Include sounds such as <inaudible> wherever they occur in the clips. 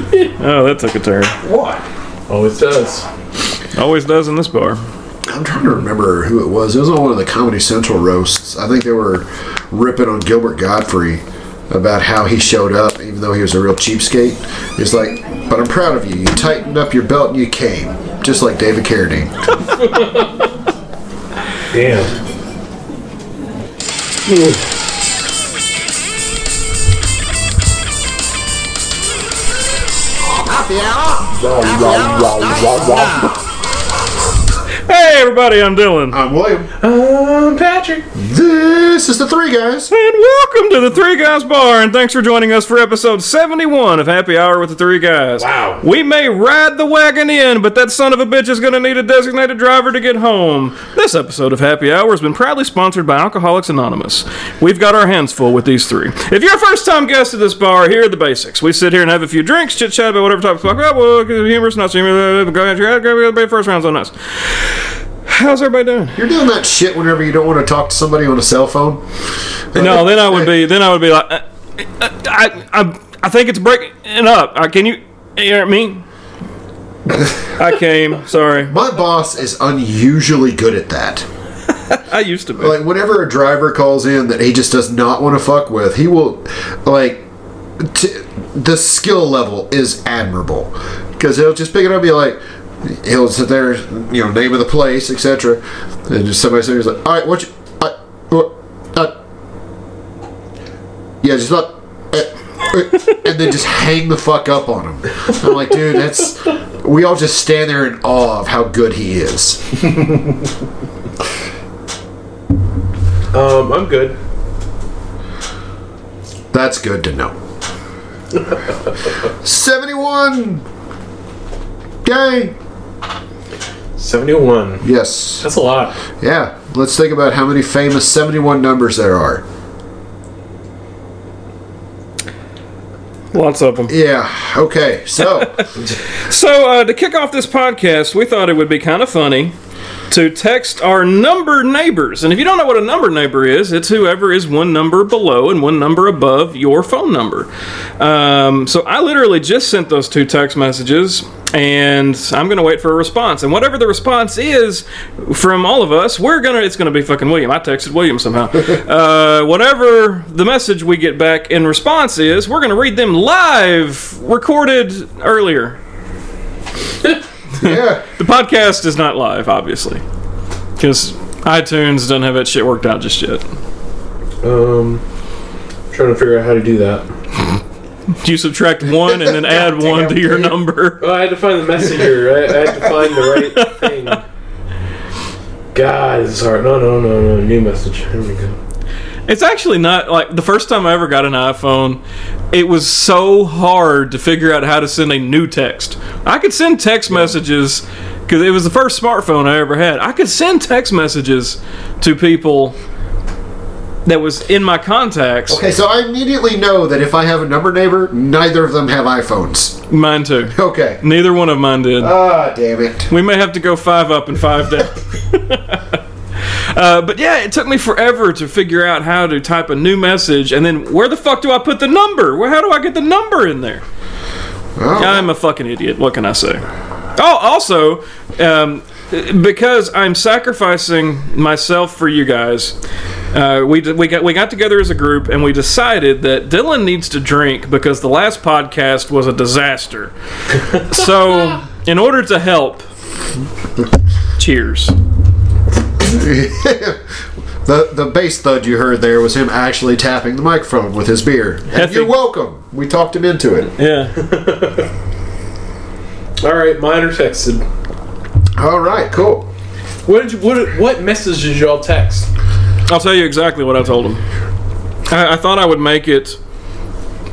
Oh, that took a turn. What? Always Oh, does. Always does in this bar. I'm trying to remember who it was. It was on one of the Comedy Central roasts. I think they were ripping on Gilbert Godfrey about how he showed up, even though he was a real cheapskate. He's like, "But I'm proud of you. You tightened up your belt and you came, just like David Carradine." Damn. Hey, everybody, I'm Dylan. I'm William. Um, Patrick. This is the three guys. And welcome to the Three Guys Bar, and thanks for joining us for episode 71 of Happy Hour with the Three Guys. Wow. We may ride the wagon in, but that son of a bitch is going to need a designated driver to get home. This episode of Happy Hour has been proudly sponsored by Alcoholics Anonymous. We've got our hands full with these three. If you're a first time guest at this bar, here are the basics. We sit here and have a few drinks, chit chat about whatever topics talk about, well, humorous, not humorous, go ahead, go ahead, first rounds on us. How's everybody doing? You're doing that shit whenever you don't want to talk to somebody on a cell phone. No, then I would be. Then I would be like, uh, uh, I, I, I think it's breaking up. Uh, can you hear <laughs> me? I came. Sorry, My boss is unusually good at that. I used to be. like whenever a driver calls in that he just does not want to fuck with, he will like t- the skill level is admirable because he'll just pick it up and be like. He'll sit there, you know, name of the place, etc. And just somebody sitting there's like, "All right, what you, I, what, I, yeah, just not," and then just hang the fuck up on him. I'm like, dude, that's we all just stand there in awe of how good he is. Um, I'm good. That's good to know. 71! Yay! 71. Yes. That's a lot. Yeah. Let's think about how many famous 71 numbers there are. Lots of them. Yeah. Okay. So, So uh, to kick off this podcast, we thought it would be kind of funny to text our number neighbors. And if you don't know what a number neighbor is, it's whoever is one number below and one number above your phone number. Um, so I literally just sent those two text messages, and I'm gonna wait for a response. And whatever the response is from all of us, we're gonna it's gonna be fucking William. I texted William somehow. uh, whatever the message we get back in response is, we're gonna read them live, recorded earlier. yeah. The podcast is not live, obviously, because iTunes doesn't have that shit worked out just yet. Um, trying to figure out how to do that. You subtract one and then add one to your number. Well, Oh, I had to find the messenger. I, I had to find the right thing. God, it's hard. No, no, no, no. New message. Here we go. It's actually not like the first time I ever got an iPhone. It was so hard to figure out how to send a new text. I could send text messages because it was the first smartphone I ever had. I could send text messages to people that was in my contacts. Okay. So I immediately know that if I have a number neighbor, neither of them have iPhones. Mine too. Okay. Neither one of mine did. Ah, damn <laughs> it. We may have to go five up and five down. Uh, but yeah, it took me forever to figure out how to type a new message, and then where the fuck do I put the number? Where, how do I get the number in there? Oh, I'm a fucking idiot. What can I say? Oh, also, um, because I'm sacrificing myself for you guys, uh, we, d- we, got, we got together as a group and we decided that Dylan needs to drink because the last podcast was a disaster. so, in order to help, cheers. <laughs> the the bass thud you heard there was him actually tapping the microphone with his beer. And Hefty. you're welcome. We talked him into it. Yeah. All right, mine are texted. All right. Cool. What did you, what what message did y'all text? I'll tell you exactly what I told him. I, I thought I would make it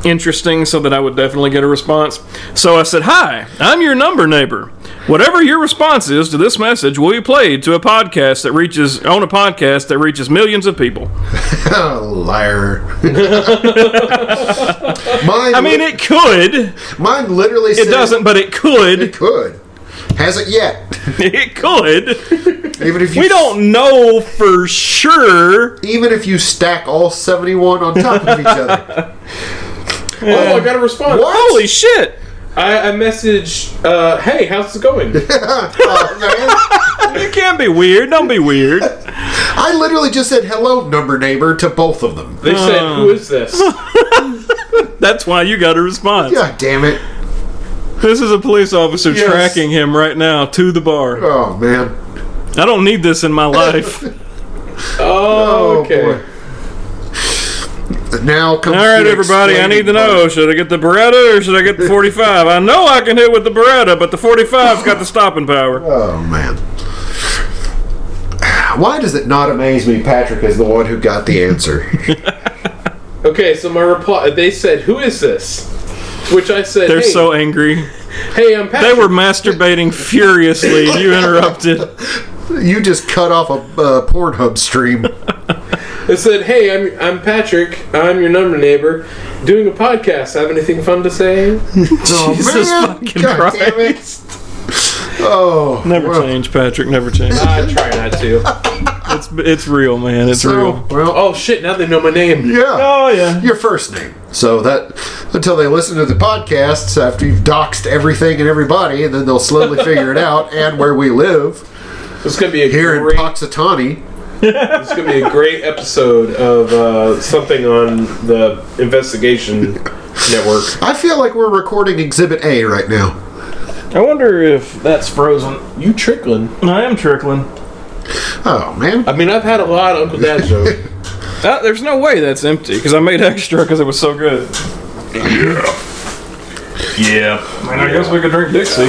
interesting so that I would definitely get a response. So I said, Hi, I'm your number neighbor. Whatever your response is to this message will be played to a podcast that reaches on a podcast that reaches millions of people. <laughs> liar. mine, I mean it could. mine literally It doesn't, but it <laughs> could. Could. Hasn't yet. It could. Even if you We don't know for sure. Even if you stack <laughs> all seventy-one on top of each other. Oh, I got a response. What? Holy shit. I, I messaged, uh, hey, how's it going? Oh, man. You can't be weird. Don't be weird. I literally just said hello, number neighbor, to both of them. They said, who is this? That's why you got a response. God damn it. This is a police officer Yes. tracking him right now to the bar. Oh, man. I don't need this in my <laughs> life. Oh, okay. boy. Now comes All right, the everybody, I need explaining to part. know: should I get the Beretta or should I get the 45? I know I can hit with the Beretta, but the 45's got the stopping power. Oh man. Why does it not amaze me Patrick is the one who got the <laughs> answer? Okay, so my reply, they said, who is this? To Which I said, They're hey, so angry. hey, I'm They Patrick. were masturbating furiously. and You interrupted. you just cut off a uh, Pornhub stream. They said, hey, I'm, I'm Patrick. I'm your number neighbor. Doing a podcast. Have anything fun to say? <laughs> Oh, Jesus man. fucking God damn it. Oh, Never well, change, Patrick. Never change. I try not to. It's it's real, man. It's so, real. well, Oh, shit, now they know my name. yeah, Oh yeah. your first name. So that until they listen to the podcasts after you've doxed everything and everybody, and then they'll <laughs> slowly figure it out and where we live It's going to be a here great in Poxitani. It's gonna be a great episode of uh, something on the investigation network. I feel like we're recording Exhibit A right now. I wonder if that's frozen. You trickling? I am trickling. Oh man, I mean, I've had a lot of Uncle Dad jokes. Uh, there's no way that's empty because I made extra because it was so good. yeah. And I guess we could drink Dixie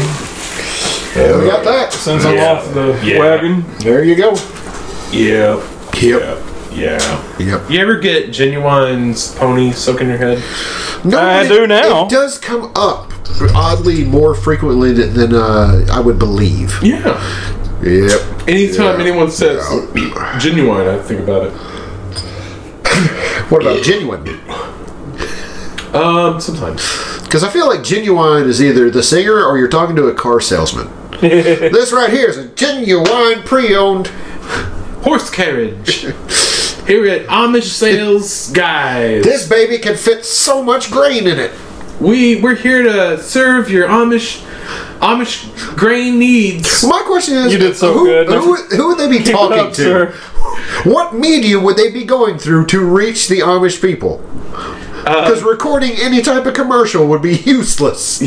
we got that. since I'm Yeah. off the Yeah. wagon. There you go. Yeah. Yep. Yeah. Yep. You ever get genuine's pony soaking your head? No, I but it- do now. It does come up oddly more frequently than, than uh, I would believe. Yeah. Yep. Anytime Yeah. anyone says genuine, I think about it. What about genuine? Um, sometimes. Because I feel like genuine is either the singer or you're talking to a <laughs> car salesman. this right here is a genuine pre-owned. Horse carriage. Here at Amish Sales Guys. This baby can fit so much grain in it. We we're here to serve your Amish Amish grain needs. So my question is, You did so who, good. Who, who would they <laughs> be Keep it talking up, to? sir. What media would they be going through to reach the Amish people? Uh, Because recording any type of commercial would be useless.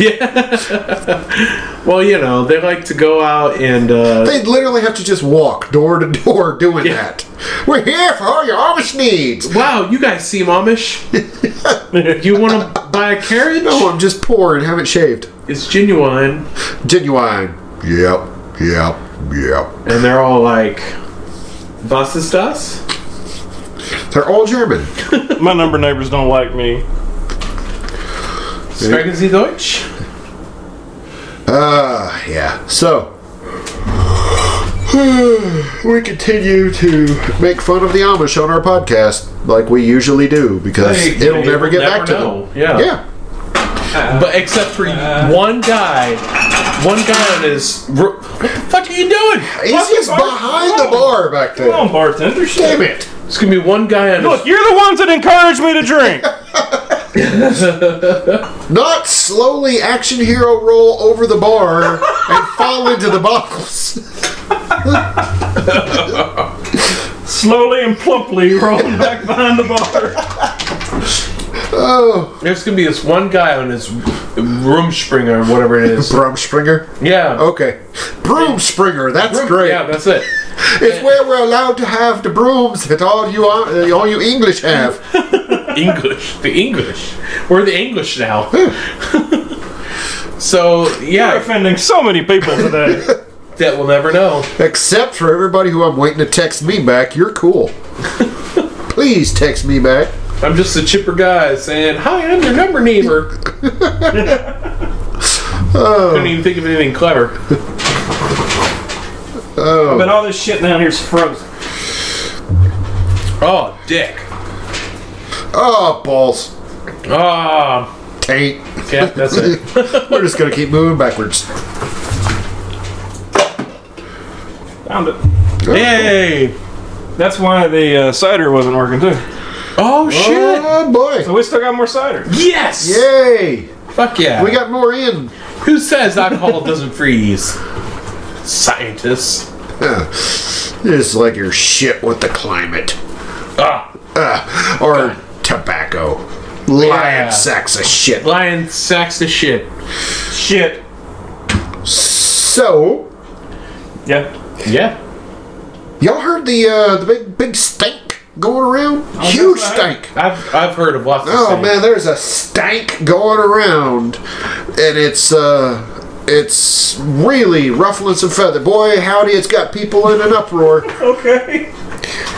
Well, you know they like to go out and uh, They'd literally have to just walk door to door doing that. We're here for all your Amish needs. wow, you guys seem Amish. you want to buy a carriage? Oh, I'm just poor and haven't shaved. It's genuine, Genuine. Yep. Yep. Yep. and they're all like, "Was ist das?" They're all German. My number neighbors don't like me. Sprechen Sie Deutsch? Ah, yeah. So <sighs> we continue to make fun of the Amish on our podcast, like we usually do, because Hey, it'll you'll never get never back to know. them. Yeah. Yeah. But except for one guy, one guy on his. ro- What the fuck are you doing? He's just Fucking behind bar- the bar back Come there. on, bartender. Damn it. It's gonna be one guy on Look, his. you're the ones that encouraged me to drink. Not slowly action hero roll over the bar and fall into the bottles. <laughs> Slowly and plumply rolling back behind the bar. Oh. There's gonna be this one guy on his room springer or whatever it <laughs> is. Broom Springer. Yeah. Okay. Broom Springer. Oh, That's Room- great. Yeah, that's it. It's where we're allowed to have the brooms that all you uh, all you English have. English. The English. We're the English now. <laughs> so You're yeah, offending so many people today. that we'll never know. Except for everybody who I'm waiting to text me back. You're cool. Please text me back. I'm just a chipper guy saying, "Hi, I'm your number <laughs> neighbor." Couldn't even think of anything clever. <laughs> But all this shit down here's frozen. Oh, dick. Oh balls. Ah, Taint. yeah, that's it. We're just gonna keep moving backwards. <laughs> Found it. Yay! That's why the uh, cider wasn't working too. Oh shit! Oh boy. So we still got more cider. Yes! Yay! Fuck yeah. We got more in. Who says alcohol doesn't freeze? Scientists. Huh. It's like your shit with the climate. Ah, Uh, or tobacco. Lion Yeah. sacks of shit. lion sacks of shit. Shit. So, Yeah. Yeah. y'all heard the uh, the big big stank going around? Huge stank. I've, I've heard of lots of Oh things. man, there's a stank going around, and it's uh, it's really ruffling some feather. Boy, howdy, it's got people in <laughs> an uproar. Okay.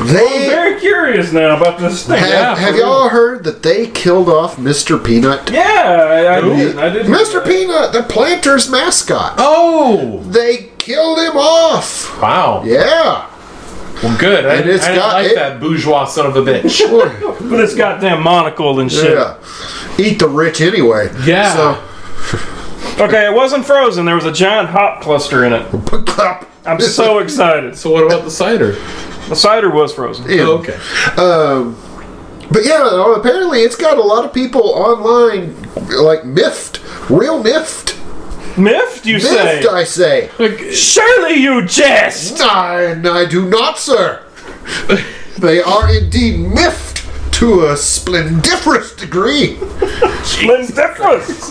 They Oh, Very curious now about this thing. yeah, have, have for y'all real. heard that they killed off Mr. Peanut? Yeah, I, I did. I did. Mr. Peanut, the planter's mascot. Oh! They killed him off. Wow. Yeah. Well, good. I, And it's I didn't got- like it- that bourgeois son of a bitch. Boy, With his goddamn monocle and shit. yeah. Eat the rich anyway. Yeah. So, <laughs> Okay, it wasn't frozen. There was a giant hop cluster in it. pick up. I'm so <laughs> excited. so what about the cider? The cider was frozen. in. Oh, okay. Um, but yeah, no, apparently it's got a lot of people online, like miffed, real miffed, Miffed, you say? miffed. I say, Like, Surely you jest. and I do <laughs> not, sir. they are indeed miffed to a splendiferous degree. Lynn's difference.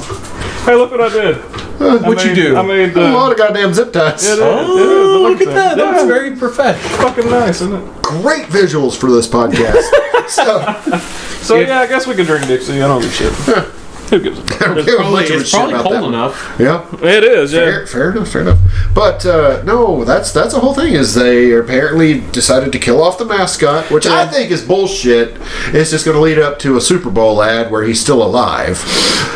Hey, look what I did. Uh, what you Made- do? I made a the. lot of goddamn zip ties. It is, oh, it look is, it looks at that. That was Yeah. very professional. fucking nice, isn't it? Great visuals for <laughs> this podcast. so So yeah, I guess we can drink Dixie. I don't give a shit. Who gives a I fuck? don't give a Probably, much of a it's shit probably about cold that. one. enough. Yeah. It is, yeah. Fair, fair enough, fair enough. But uh, no, that's that's the whole thing. Is they apparently decided to kill off the mascot, which I think is bullshit. It's just going to lead up to a Super Bowl ad where he's still alive.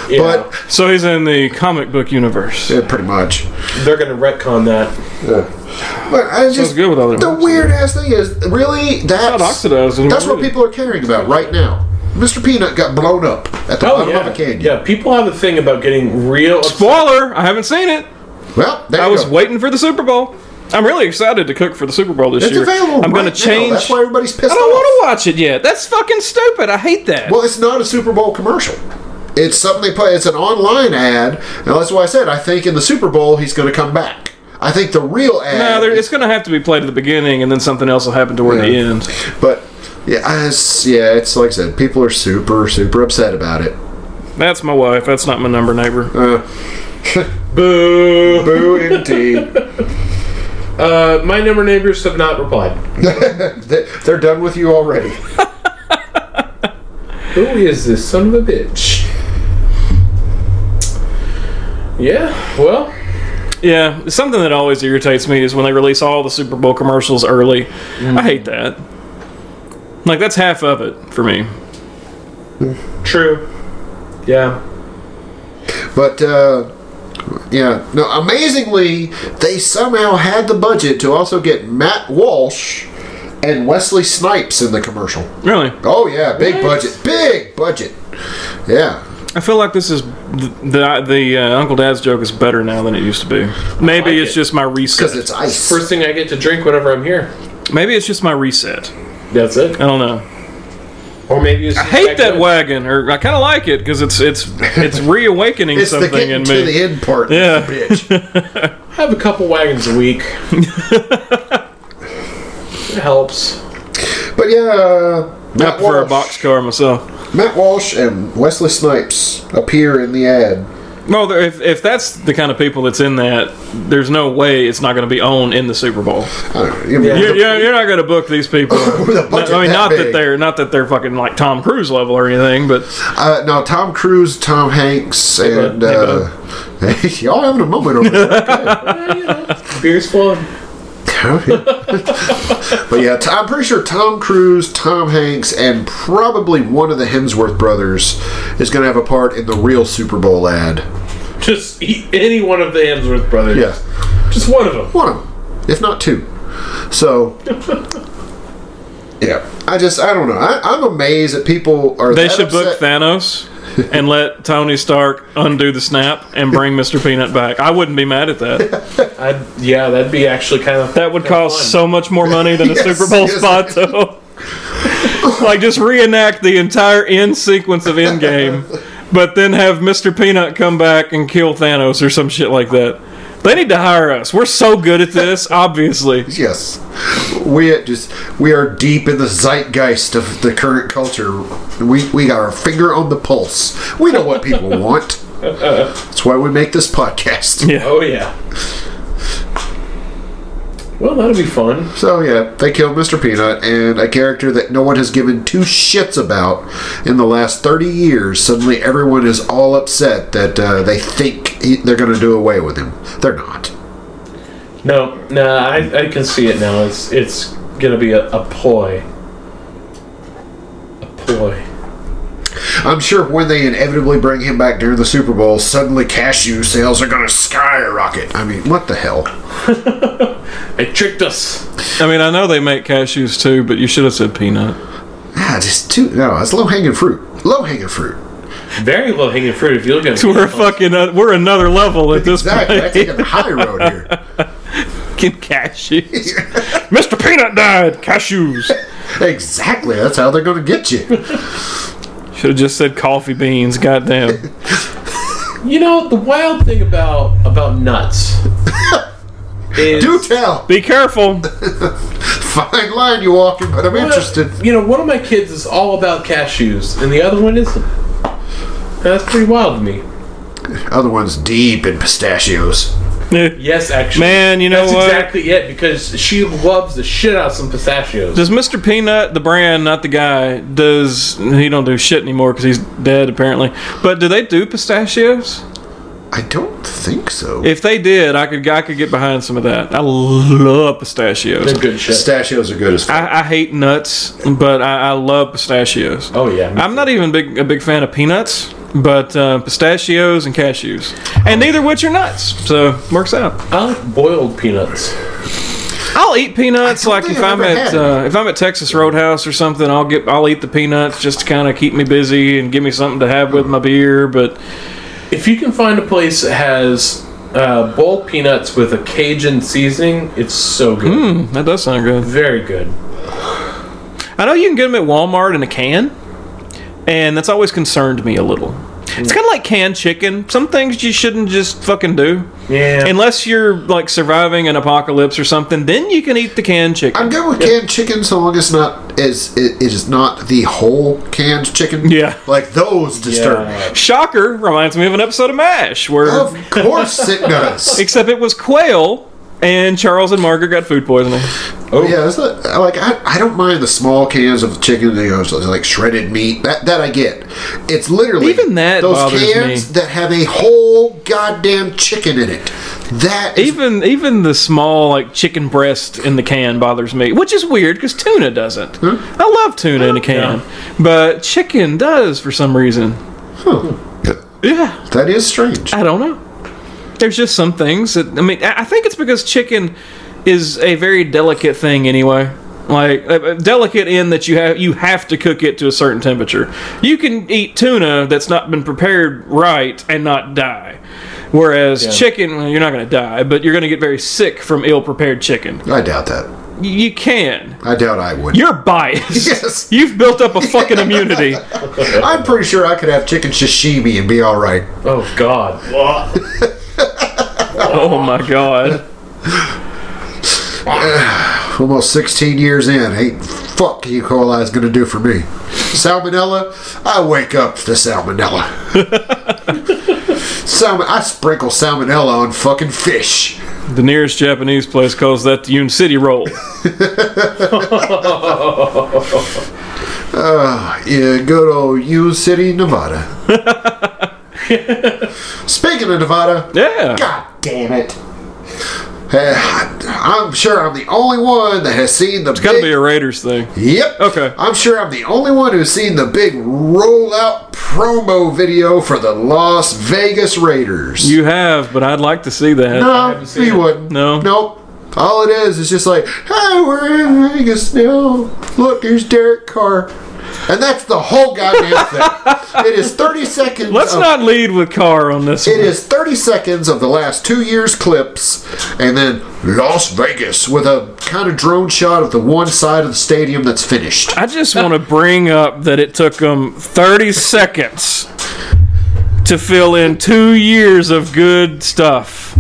But So he's in the comic book universe. yeah, pretty much. They're gonna retcon that. But I just good with other the ones. weird ass thing is really Not that's oxidized. anymore, that's what is it? people are caring about right now. Mr. Peanut got blown up at the Oh bottom yeah, of a canyon. yeah. People have a thing about getting real. Upset. Spoiler! I haven't seen it. Well, there I you was go. waiting for the Super Bowl. I'm really excited to cook for the Super Bowl this It's year. available. I'm right gonna now. change. That's why everybody's pissed I don't off. want to watch it yet. That's fucking stupid. I hate that. Well, it's not a Super Bowl commercial. It's something they play. It's an online ad. Now that's why I said I think in the Super Bowl he's going to come back. I think the real ad. no, there, it's going to have to be played at the beginning, and then something else will happen toward the Yeah. end. But yeah, I, it's, yeah, it's like I said. People are super, super upset about it. Uh, That's my wife. That's not my number neighbor. Boo. Boo, indeed. Uh, my number neighbors have not replied. They- They're done with you already. Who is this son of a bitch? Yeah. Well. yeah, something that always irritates me is when they release all the Super Bowl commercials early. Mm-hmm. I hate that. Like that's half of it for me. True. Yeah. But uh, yeah, no. Amazingly, they somehow had the budget to also get Matt Walsh and Wesley Snipes in the commercial. Really, Oh yeah, big budget, big budget. Yeah, I feel like this is the the, the uh, Uncle Dad's joke is better now than it used to be. Maybe like it's it. just my because reset. it's ice. First thing I get to drink whenever I'm here. Maybe it's just my reset. That's it. I don't know. Or maybe it's I hate that wagon, or I kind of like it because it's it's <laughs> it's reawakening it's the something getting in to me. the end part. Yeah. <laughs> bitch. I have a couple wagons a week. it helps. But yeah, uh, I Matt prefer Walsh, a boxcar myself. Matt Walsh and Wesley Snipes appear in the ad. Well, there- if, if that's the kind of people that's in that, there's no way it's not going to be owned in the Super Bowl. I don't know, you mean, You're, you're, you're not going to book these people. <coughs> With a budget I mean, that not that big. they're not that they're fucking like Tom Cruise level or anything, but Uh, now Tom Cruise, Tom Hanks, and bud. Hey, uh, <laughs> y'all having a moment <laughs> over there. Beer's flowing. <laughs> but yeah, t- I'm pretty sure Tom Cruise, Tom Hanks, and probably one of the Hemsworth brothers is going to have a part in the real Super Bowl ad. Just eat any one of the Hemsworth brothers. Yeah. Just one of them. one of them, if not two. So, yeah, I just I don't know. I, I'm amazed that people are. they that should book upset. Thanos and let Tony Stark undo the snap and bring Mr. Peanut back. I wouldn't be mad at <laughs> that. I'd, yeah, that'd be actually kind of. That would cost fun. so much more money than a <laughs> Yes, Super Bowl yes. spot, <laughs> though. like just reenact the entire end sequence of Endgame but then have Mr. Peanut come back and kill Thanos or some shit like that. They need to hire us. We're so good at <laughs> this, obviously. Yes, we are just we are deep in the zeitgeist of the current culture. We we got our finger on the pulse. We know what <laughs> people want. That's why we make this podcast. Yeah. Oh yeah. Well, that'll be fun. So yeah, they killed Mr. Peanut and a character that no one has given two shits about in the last thirty years. Suddenly, everyone is all upset that uh, they think he, they're going to do away with him. They're not. No, no, I, I can see it now. It's it's gonna be a, a ploy. A ploy. I'm sure when they inevitably bring him back during the Super Bowl, suddenly cashew sales are going to skyrocket. I mean, what the hell? It tricked us. I mean, I know they make cashews too, but you should have said peanut. Ah, just too. No, it's low hanging fruit. Low hanging fruit. Very low hanging fruit. If you look at it, We're fucking, uh, we're another level at this <laughs> Exactly. I'm point. taking the high road here. Fucking cashews. <laughs> Mr. Peanut died. Cashews. Exactly. That's how they're going to get you. Should have just said coffee beans. Goddamn. you know the wild thing about about nuts is Do tell. Be careful. <laughs> Fine line you walking, but I'm One of- interested. You know, one of my kids is all about cashews, and the other one isn't. That's pretty wild to me. Other one's deep in pistachios. Yes, actually, Man, you know that's what? exactly it because she loves the shit out of some pistachios. Does Mr. Peanut, the brand, not the guy, does he don't do shit anymore because he's dead apparently? But do they do pistachios? I don't think so. If they did, I could I could get behind some of that. I love pistachios. They're good shit. pistachios are good as fuck. I, I hate nuts, but I, I love pistachios. oh yeah, me I'm not even big, a big fan of peanuts, but uh, pistachios and cashews, and neither of which are nuts, so works out. I like boiled peanuts. I'll eat peanuts. I don't Like think if I've I'm ever at had uh, if I'm at Texas Roadhouse or something, I'll get I'll eat the peanuts just to kind of keep me busy and give me something to have with my beer. But If you can find a place that has uh, boiled peanuts with a Cajun seasoning, it's so good. hmm, that does sound good. Very good. I know you can get them at Walmart in a can, and that's always concerned me a little. It's kind of like canned chicken. Some things you shouldn't just fucking do Yeah. unless you're like surviving an apocalypse or something. Then you can eat the canned chicken. I'm good with canned chicken so long as not as it, it is not the whole canned chicken. Yeah. Like those disturb me. Yeah. Shocker reminds me of an episode of Mash where Of course <laughs> it does. except it was quail and Charles and Margaret got food poisoning. Yeah, it's not, like I, I don't mind the small cans of chicken that goes like shredded meat. That that I get. It's literally Even that those bothers cans me. that have a whole goddamn chicken in it. That is, Even even the small like chicken breast in the can bothers me, which is weird because tuna doesn't. I love tuna in a can, but chicken does for some reason. Yeah, that is strange. I don't know. There's just some things that I mean. I I think it's because chicken is a very delicate thing anyway. Like uh, uh, delicate in that you have you have to cook it to a certain temperature. You can eat tuna that's not been prepared right and not die. Whereas chicken, well, you're not going to die, but you're going to get very sick from ill-prepared chicken. I doubt that. Y- You can. I doubt I would. You're biased. Yes. <laughs> You've built up a fucking immunity. I'm pretty sure I could have chicken sashimi and be all right. Oh God. Oh my god. Almost 16 years in, hey, fuck E. coli is gonna do for me. Salmonella, I wake up to salmonella. <laughs> Salmon, I sprinkle salmonella on fucking fish. The nearest Japanese place calls that the Yun City roll. Yeah, good old U City, Nevada. <laughs> Speaking of Nevada, Yeah. god damn it. Uh, I'm sure I'm the only one that has seen the Gotta big. be a Raiders thing. yep. Okay. I'm sure I'm the only one who's seen the big rollout promo video for the Las Vegas Raiders. You have, but I'd like to see that. no, seen he it. wouldn't. No. Nope. All it is is just like, hey, we're in Vegas now. Look, here's Derek Carr. And that's the whole goddamn <laughs> thing. It is 30 seconds. Let's of, not lead with Carr on this It one. is 30 seconds of the last two years' clips, and then Las Vegas with a kind of drone shot of the one side of the stadium that's finished. I just want to bring up that it took them 30 seconds to fill in two years of good stuff.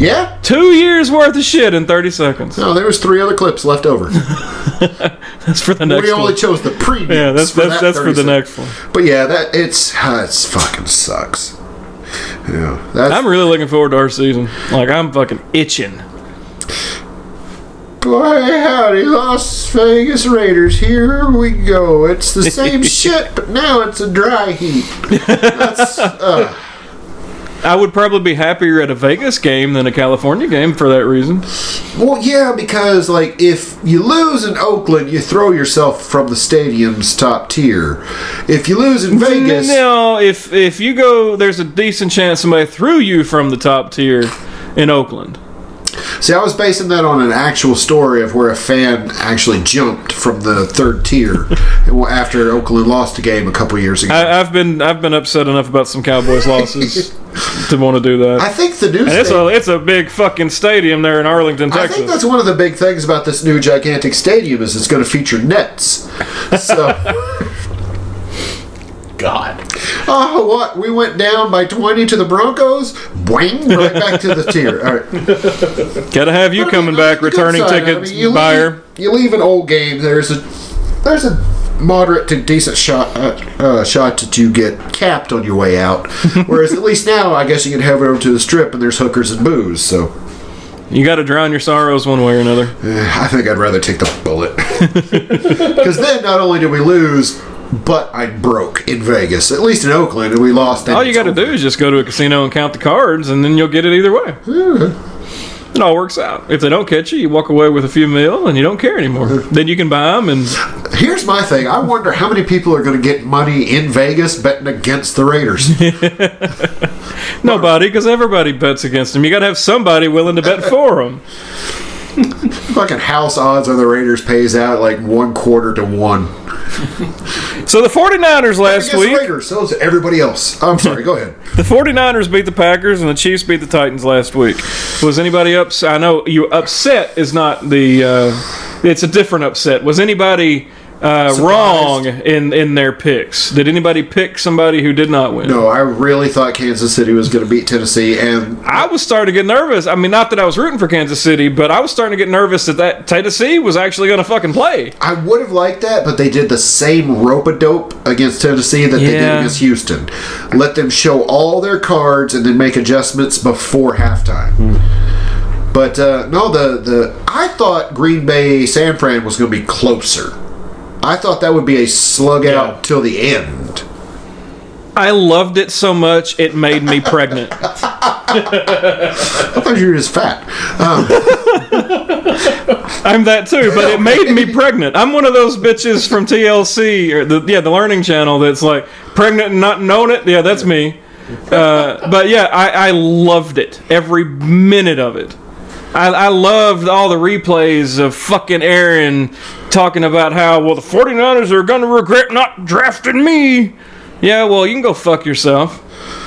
Yeah. Two years worth of shit in 30 seconds. No, there was three other clips <laughs> left over. That's for the we next only one. chose the previews. Yeah, that's for that's, that that's for 30 the next one. sec- But yeah, that it's <sighs> uh, it's fucking sucks. Yeah, that's I'm really looking forward to our season. Like I'm fucking itching. Boy, howdy, Las Vegas Raiders. Here we go. It's the <laughs> same shit, but now it's a dry heat. That's, uh, I would probably be happier at a Vegas game than a California game for that reason. well, yeah, because like if you lose in Oakland, you throw yourself from the stadium's top tier. If you <laughs> lose in Vegas, No, if if you go, there's a decent chance somebody threw you from the top tier in Oakland. see, I was basing that on an actual story of where a fan actually jumped from the third tier after Oakland lost a game a couple years ago. I, I've been I've been upset enough about some Cowboys losses <laughs> to want to do that. I think the news. and it's thing- a it's a big fucking stadium there in Arlington, I think Texas. that's one of the big things about this new gigantic stadium is it's going to feature nets. So, <laughs> God. oh, what? We went down by 20 to the Broncos? Boing, right back to the tier. All right. Gotta have you coming back, Good returning side. I tickets, mean, you leave- buyer. you leave an old game, there's a there's a moderate to decent shot uh, uh, shot that you get capped on your way <laughs> out. Whereas at least now, I guess you can head over to the strip and there's hookers and booze. So, eh, You gotta drown your sorrows one way or another. I think I'd rather take the <laughs> bullet. Because then not only did we lose, but I broke in Vegas. At least in Oakland, and we lost. in All you gotta do is just go to a casino and count the cards, and then you'll get it either way. It all works out. If they don't catch you, you walk away with a few mil, and you don't care <laughs> anymore. Then you can buy them and Here's my thing. I wonder how many people are going to get money in Vegas betting against the Raiders. Nobody, because everybody bets against him. You got to have somebody willing to bet for him. Fucking house odds on the Raiders pays out like one quarter to one. So the 49ers last Against the week, Raiders, so is everybody else. I'm sorry. Go ahead. the 49ers beat the Packers and the Chiefs beat the Titans last week. Was anybody upset? I know you upset is not the. Uh, it's a different upset. Was anybody uh, wrong in in their picks? Did anybody pick somebody who did not win? <laughs> No, I really thought Kansas City was going to beat Tennessee, and I was starting to get nervous. I mean, not that I was rooting for Kansas City, but I was starting to get nervous that that Tennessee was actually going to fucking play. I would have liked that, but they did the same rope a dope against Tennessee that they did Yeah. against Houston. Let them show all their cards and then make adjustments before halftime. But uh, no, the the I thought Green Bay San Fran was going to be closer. I thought that would be a slug out till the end. I loved it so much it made me pregnant. I thought you were just fat. Um, I'm that too, but it made me pregnant. I'm one of those bitches from TLC or the yeah the Learning Channel that's like pregnant and not knowing it. Yeah, that's me. Uh, but yeah, I, I loved it every minute of it. I, I loved all the replays of fucking Aaron talking about how well the 49ers are going to regret not drafting me. Yeah, well, you can go fuck yourself.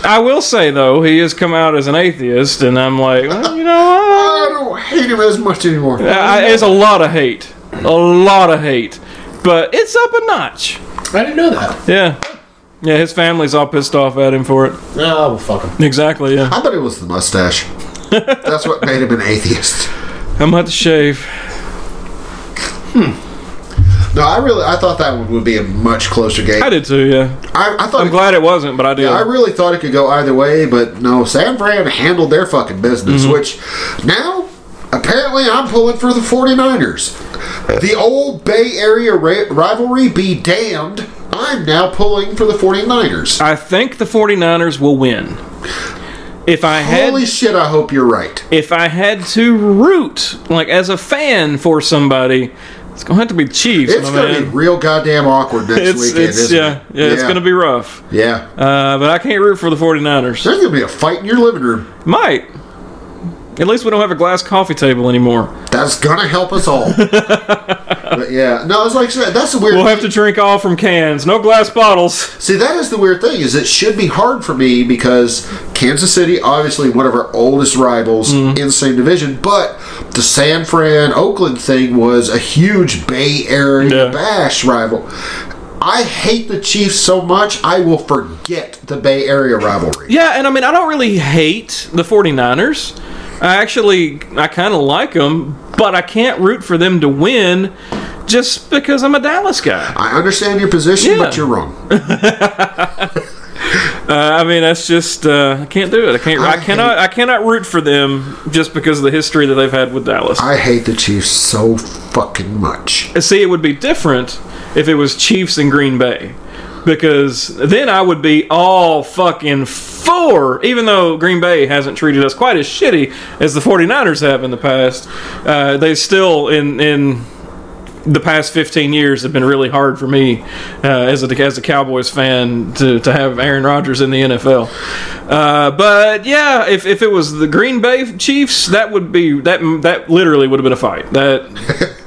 I will say though, he has come out as an atheist, and I'm like, well, you know, I- I don't hate him as much anymore. I, it's a lot of hate, a lot of hate, but it's up a notch. I didn't know that. Yeah, yeah. His family's all pissed off at him for it. No, well, fuck him. Exactly. Yeah. I thought it was the mustache. That's what made him an atheist. I'm about to shave. No, I really I thought that one would be a much closer game. I did too. Yeah. I, I thought I'm it- glad it wasn't, but I did. I really thought it could go either way, but no, San Fran handled their fucking business, Mm-hmm. which now apparently I'm pulling for the 49ers. The old Bay Area ra- rivalry be damned. I'm now pulling for the 49ers. I think the 49ers will win. If I had Holy shit, I hope you're right. if I had to root like as a fan for somebody, it's gonna have to be the Chiefs, It's my going to man. be real goddamn awkward next it's weekend, it's isn't yeah, it? yeah it's gonna be rough. Yeah. Uh, but I can't root for the 49ers. There's going to be a fight in your living room. Might. At least we don't have a glass coffee table anymore. That's going to help <laughs> us all. but yeah. No, it's like, that's the weird We'll thing. have to drink all from cans, no glass bottles. See, that is the weird thing is it should be hard for me because Kansas City, obviously one of our oldest rivals Mm-hmm. in the same division, but the San Fran Oakland thing was a huge Bay Area Yeah. bash rival. I hate the Chiefs so much, I will forget the Bay Area rivalry. Yeah, and I mean, I don't really hate the 49ers. I actually, I kind of like them, but I can't root for them to win just because I'm a Dallas guy. I understand your position, Yeah. but you're wrong. Uh, I mean, that's just uh, I can't do it. I can't. I, I cannot. I cannot root for them just because of the history that they've had with Dallas. I hate the Chiefs so fucking much. <laughs> See, it would be different if it was Chiefs and Green Bay. Because then I would be all fucking for, even though Green Bay hasn't treated us quite as shitty as the 49ers have in the past. Uh, they still, in in the past 15 years, have been really hard for me uh, as, a, as a Cowboys fan to, to have Aaron Rodgers in the NFL. Uh, but yeah, if, if it was the Green Bay Chiefs, that would be, that, that literally would have been a fight. That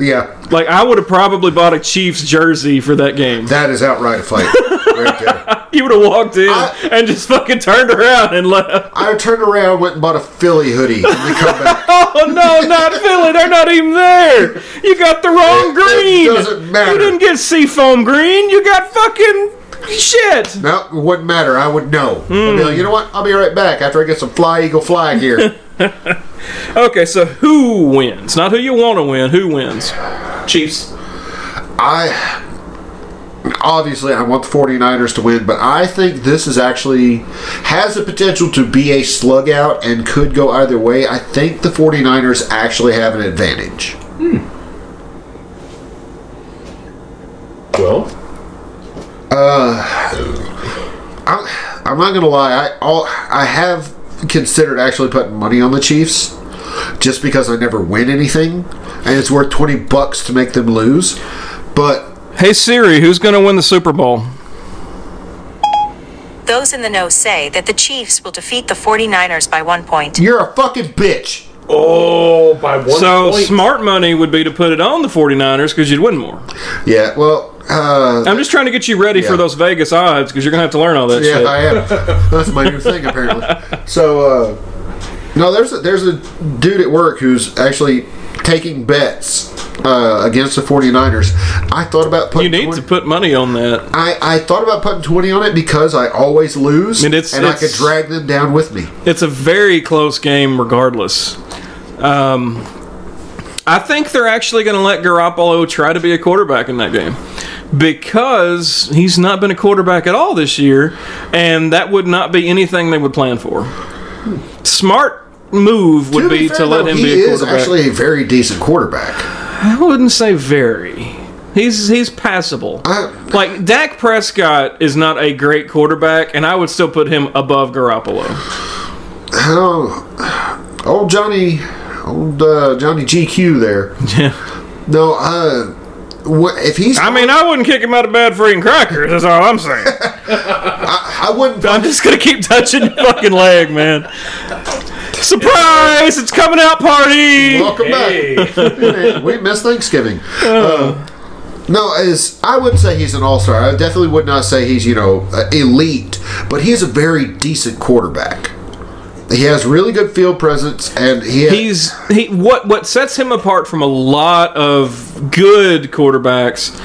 yeah, like I would have probably bought a Chiefs jersey for that game. <laughs> that is outright a fight right there. You would have walked in I- and just fucking turned around and left. I turned around, went and bought a Philly hoodie, and they come back. Oh no, <laughs> not Philly! They're not even there. You got the wrong It- it green. doesn't matter. You didn't get seafoam green. You got fucking shit. No, it wouldn't matter. I would know. I'd be like, you know what? I'll be right back after I get some fly eagle fly gear. Okay, so who wins? Not who you want to win. Who wins? Chiefs. I obviously I want the 49ers to win, but I think this is actually has the potential to be a slug out and could go either way. I think the 49ers actually have an advantage. Well, I, I'm not gonna lie. I all I have considered actually putting money on the Chiefs, just because I never win anything, and it's worth twenty bucks to make them lose. But Hey Siri, who's going to win the Super Bowl? Those in the know say that the Chiefs will defeat the 49ers by one point. you're a fucking bitch. oh, by one so point. smart money would be to put it on the 49ers because you'd win more. Yeah. Well. Uh, I'm just trying to get you ready for Yeah. those Vegas odds because you're going to have to learn all that Yeah, shit. I <laughs> am. That's my new thing apparently. So uh, no, there's a, there's a dude at work who's actually taking bets uh, against the 49ers. I thought about You putting need 20 to put money on that. I, I thought about putting 20 on it because I always lose And it's- I it's- could drag them down with me. It's a very close game, regardless. Um, I think they're actually going to let Garoppolo try to be a quarterback in that game because he's not been a quarterback at all this year, and that would not be anything they would plan for. Smart move would be, fair, to let though, him he be a is quarterback. actually a very decent quarterback. I wouldn't say very. He's he's passable. I- like Dak Prescott is not a great quarterback, and I would still put him above Garoppolo. Oh, old Johnny, old uh, Johnny GQ there. Yeah. No, uh, wh- if he's, I mean, I wouldn't kick him out of bed for eating crackers. That's all I'm saying. I wouldn't. <laughs> I'm just gonna keep touching your fucking leg, man. Surprise! It's coming out party. Welcome back. Hey. we missed Thanksgiving. Uh, no, is I would say he's an all star. I definitely would not say he's you know uh, elite, but he is a very decent quarterback. He has really good field presence, and he has, He's he. What what sets him apart from a lot of good quarterbacks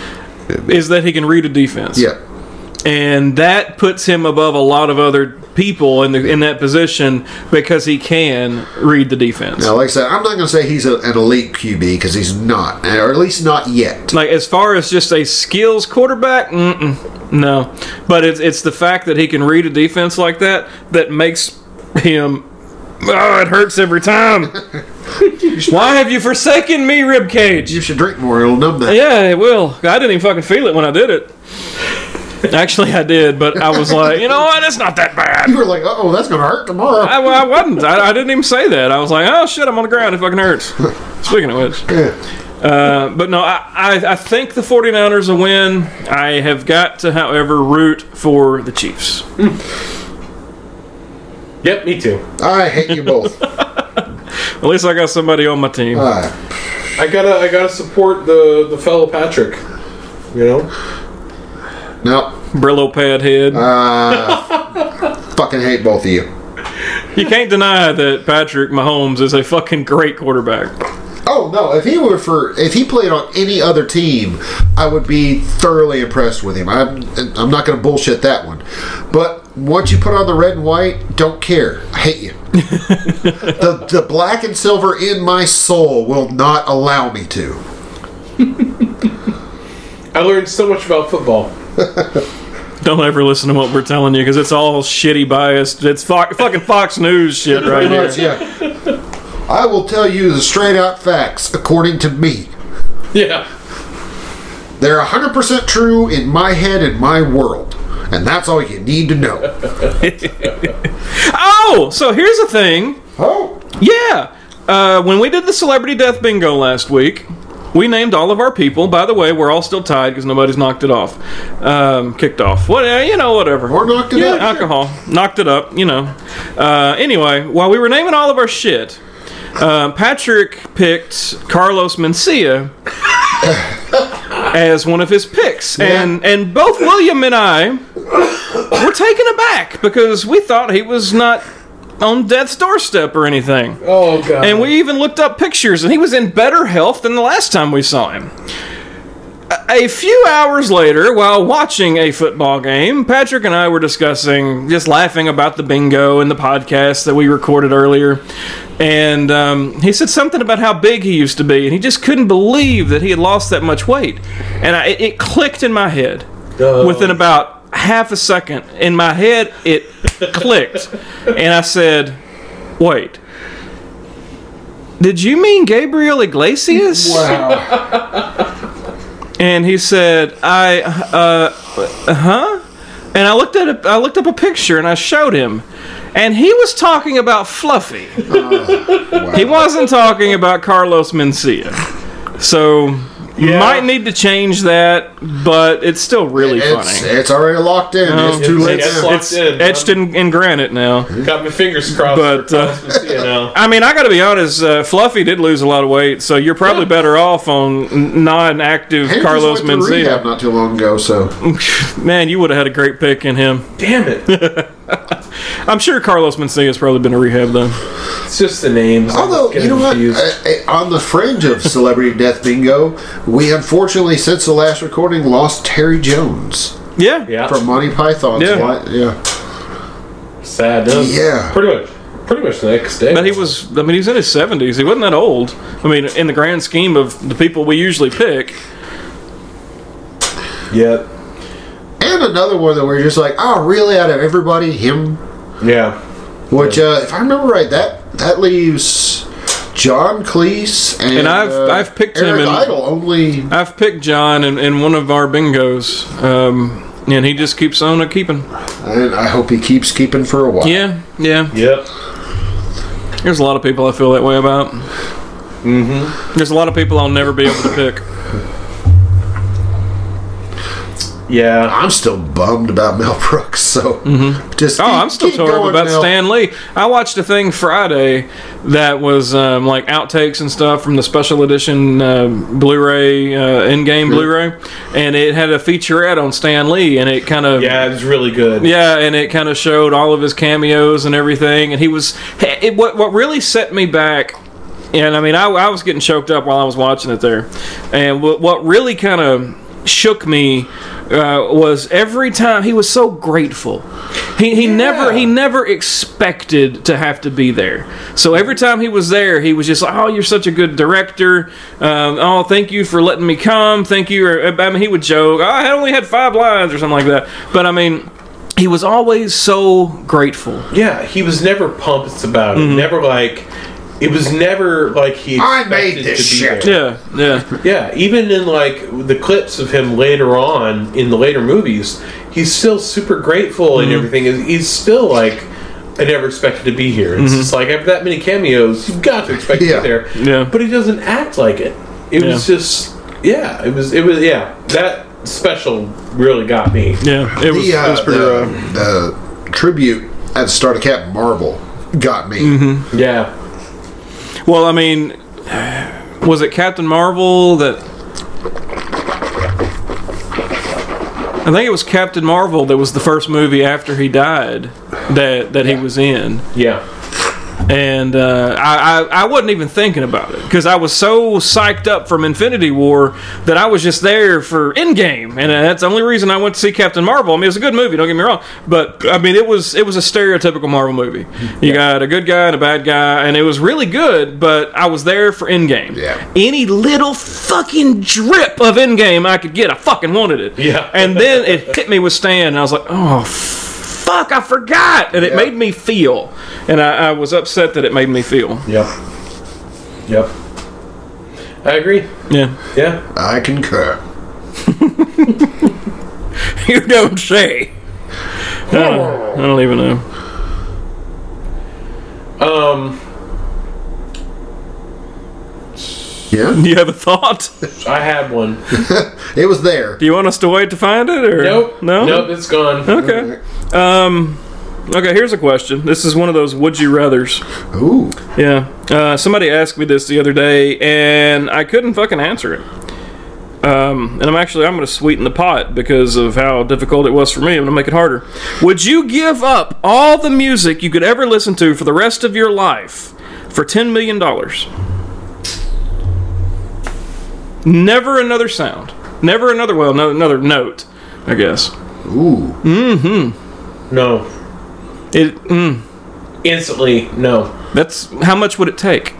is that he can read a defense. yeah. and that puts him above a lot of other people in the in that position because he can read the defense. Now, like I said, I'm not going to say he's a, an elite QB because he's not, or at least not yet. Like as far as just a skills quarterback, mm-mm, no. But it's it's the fact that he can read a defense like that that makes him. Oh, it hurts every time. Why have you forsaken me, ribcage? You should drink more; it'll numb <laughs> that. Yeah, it will. I didn't even fucking feel it when I did it. Actually, I did, but I was like, you know what? It's not that bad. You were like, "Oh, that's going to hurt tomorrow." I, I wasn't. I, I didn't even say that. I was like, oh shit, I'm on the ground. It fucking hurts. Speaking of which. Uh, but no, I, I, I think the 49ers will win. I have got to, however, root for the Chiefs. Yep, me too. I hate you both. At least I got somebody on my team. Uh, I gotta, I gotta support the the fellow Patrick. You know, no, Brillo pad head. fucking hate both of you. you can't deny that Patrick Mahomes is a fucking great quarterback. Oh no! If he were for if he played on any other team, I would be thoroughly impressed with him. I'm I'm not going to bullshit that one. But once you put on the red and white, don't care. I hate <laughs> you. the the black and silver in my soul will not allow me to. I learned so much about football. Don't ever listen to what we're telling you because it's all shitty biased. It's fo- fucking Fox News shit right Pretty here. much, yeah. I will tell you the straight out facts according to me. Yeah. They're 100% true in my head and my world. And that's all you need to know. Oh, so here's the thing. Oh, Yeah. Uh, when we did the celebrity death bingo last week, we named all of our people. By the way, we're all still tied because nobody's knocked it off, um, kicked off. What eh, you know, whatever. Or knocked it yeah, up, sure. Alcohol knocked it up. You know. Uh, anyway, while we were naming all of our shit, uh, Patrick picked Carlos <coughs> Mencia as one of his picks, and and both William and I were taken aback because we thought he was not on death's doorstep or anything. Oh god. And we even looked up pictures, and he was in better health than the last time we saw him. A a few hours later, while watching a football game, Patrick and I were discussing, just laughing about the bingo and the podcast that we recorded earlier. And um, he said something about how big he used to be, and he just couldn't believe that he had lost that much weight. And I, it, it clicked in my head Oh. within about half a second. In my head, it clicked. and I said, Wait, did you mean Gabriel Iglesias? wow. And he said, I, uh, huh? And I looked at a, I looked up a picture and I showed him, and he was talking about Fluffy. He wasn't talking about Carlos Mencia. So you Yeah. might need to change that, but it's still really It's, funny. it's already locked in. it's too It's- late it's now. locked It's in, etched in, in granite now. got my fingers crossed But, for uh, Carlos <laughs> Mencia now. I mean, I got to be honest. Uh, Fluffy did lose a lot of weight, so you're probably better off on n- non-active He just Carlos went to rehab Mencia. not too long ago, so <laughs> Man, you would have had a great pick in him. Damn it. I'm sure Carlos Mencia's probably been to rehab though. It's just the names. I although get you know what, confused. I, I, on the fringe of celebrity death bingo, we unfortunately since the last recording lost Terry Jones Yeah. yeah. from Monty Python's. Yeah. Why- yeah. sad. huh? Yeah. Pretty much. Pretty much the next day. But he was, I mean, he was in his 70s. He wasn't that old. I mean, in the grand scheme of the people we usually pick. Yeah. And another one that we're just like, oh, really? Out of everybody, him. Yeah. Which, uh, if I remember right, that that leaves John Cleese and, And I've- uh, I've picked him Eric in- Idle only. I've picked John in, in one of our bingos, um, and he just keeps on a keeping. And I hope he keeps keeping for a while. Yeah, yeah. Yep. There's a lot of people I feel that way about. Mm-hmm. There's a lot of people I'll never be able to pick. Yeah. I'm still bummed about Mel Brooks, so just Oh, keep- I'm still keep torn up going, about Mel. Stan Lee. I watched a thing Friday that was um, like outtakes and stuff from the special edition uh, Blu-ray, uh, in-game Blu-ray, and it had a featurette on Stan Lee, and it kind of Yeah, it's really good. yeah, and it kind of showed all of his cameos and everything. And he was it, what what really set me back. And I mean, I, I was getting choked up while I was watching it there. And what, what really kind of shook me uh, was every time he was so grateful. He, he never he never expected to have to be there. So every time he was there, he was just like, "Oh, you're such a good director. Um, oh, thank you for letting me come. Thank you." Or, I mean, he would joke, oh, "I only had five lines" or something like that. But I mean, he was always so grateful. Yeah, he was never pumped about Mm-hmm. it. Never like it was never like he I made expected this to be shit. there. Yeah, yeah, Yeah, even in like the clips of him later on in the later movies, he's still super grateful Mm-hmm. and everything. He's- He's still like, I never expected to be here. It's Mm-hmm. just like after that many cameos, you've got to expect Yeah. to be there. Yeah. but he doesn't act like it. It was Yeah. just, yeah, it was, it was, yeah. That special really got me. yeah. It was, <laughs> The, uh, it was pretty the- rough. the tribute at the start of Captain Marvel got me. Mm-hmm. Yeah, Well, I mean, was it Captain Marvel that? I think it was Captain Marvel that was the first movie after he died that that he was in, yeah, and uh, I, I I wasn't even thinking about it because I was so psyched up from Infinity War that I was just there for Endgame, and uh, that's the only reason I went to see Captain Marvel. I mean, it was a good movie, don't get me wrong, but I mean, it was it was a stereotypical Marvel movie. You got a good guy and a bad guy, and it was really good, but I was there for Endgame. Yeah. Any little fucking drip of Endgame I could get, I fucking wanted it. Yeah. And then it hit me with Stan, and I was like, oh, fuck, I forgot. And it made me feel. And I, I was upset that it made me feel. Yep. Yep. I agree. Yeah. Yeah. I concur. <laughs> you don't say. I don't, I don't even know. <laughs> Um, Yeah, Do you have a thought? I had one. it was there. Do you want us to wait to find it? Or? Nope. No? Nope. It's gone. Okay. Um, okay, here's a question. This is one of those would you rathers. Ooh, Yeah. Uh, somebody asked me this the other day, and I couldn't fucking answer it. Um, and I'm actually I'm going to sweeten the pot because of how difficult it was for me. I'm going to make it harder. Would you give up all the music you could ever listen to for the rest of your life for ten million dollars? Never another sound. Never another well, no, another note. I guess ooh. No. it. Mm, Instantly, no. that's how much would it take?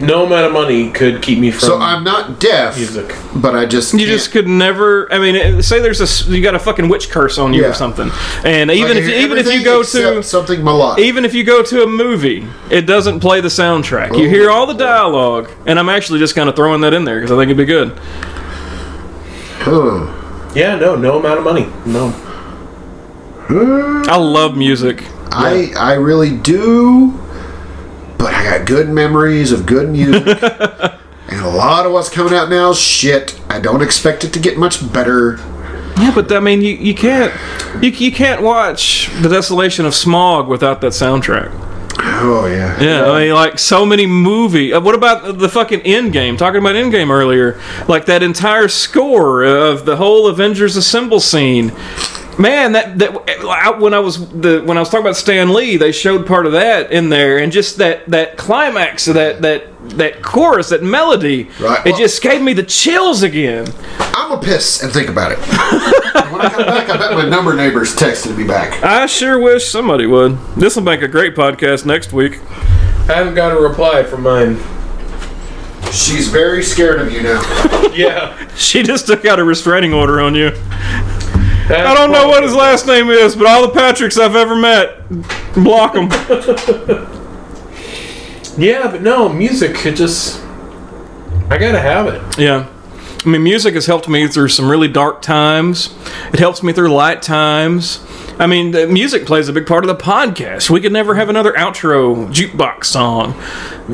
No amount of money could keep me from. So I'm not deaf, Music. but I just You just could never. I mean, it- say there's a s- you got a fucking witch curse on you Yeah. e-, or something, and even if you, even if you go to something melodic, even if you go to a movie, it doesn't play the soundtrack. You hear all the dialogue, and I'm actually just kind of throwing that in there because I think it'd be good. Huh. yeah, no, no amount of money. No. I love music. I I really do. But I got good memories of <laughs> good music, and a lot of what's coming out now is shit. I don't expect it to get much better. Yeah, but I mean, you, you can't you, you can't watch The Desolation of Smog without that soundtrack. Oh yeah, Yeah, I mean, like so many movie. uh, What about the fucking Endgame? Talking about Endgame earlier, like that entire score of the whole Avengers Assemble scene. Man, that that I- when I was the when I was talking about Stan Lee, they showed part of that in there, and just that that climax of that that that chorus, that melody, Right. it Well- just gave me the chills again. I'm a piss and think about it. <laughs> when I come back, I bet my number neighbors texted me back. I sure wish somebody would. This will make a great podcast next week. I haven't got a reply from mine. She's very scared of you now. <laughs> Yeah. She just took out a restraining order on you. I I don't know what his last name is, but all the Patricks I've ever met, block them. Yeah, but no, music. It just. I gotta have it. yeah. I mean, music has helped me through some really dark times. It helps me through light times. I mean, the music plays a big part of the podcast. We could never have another outro jukebox song.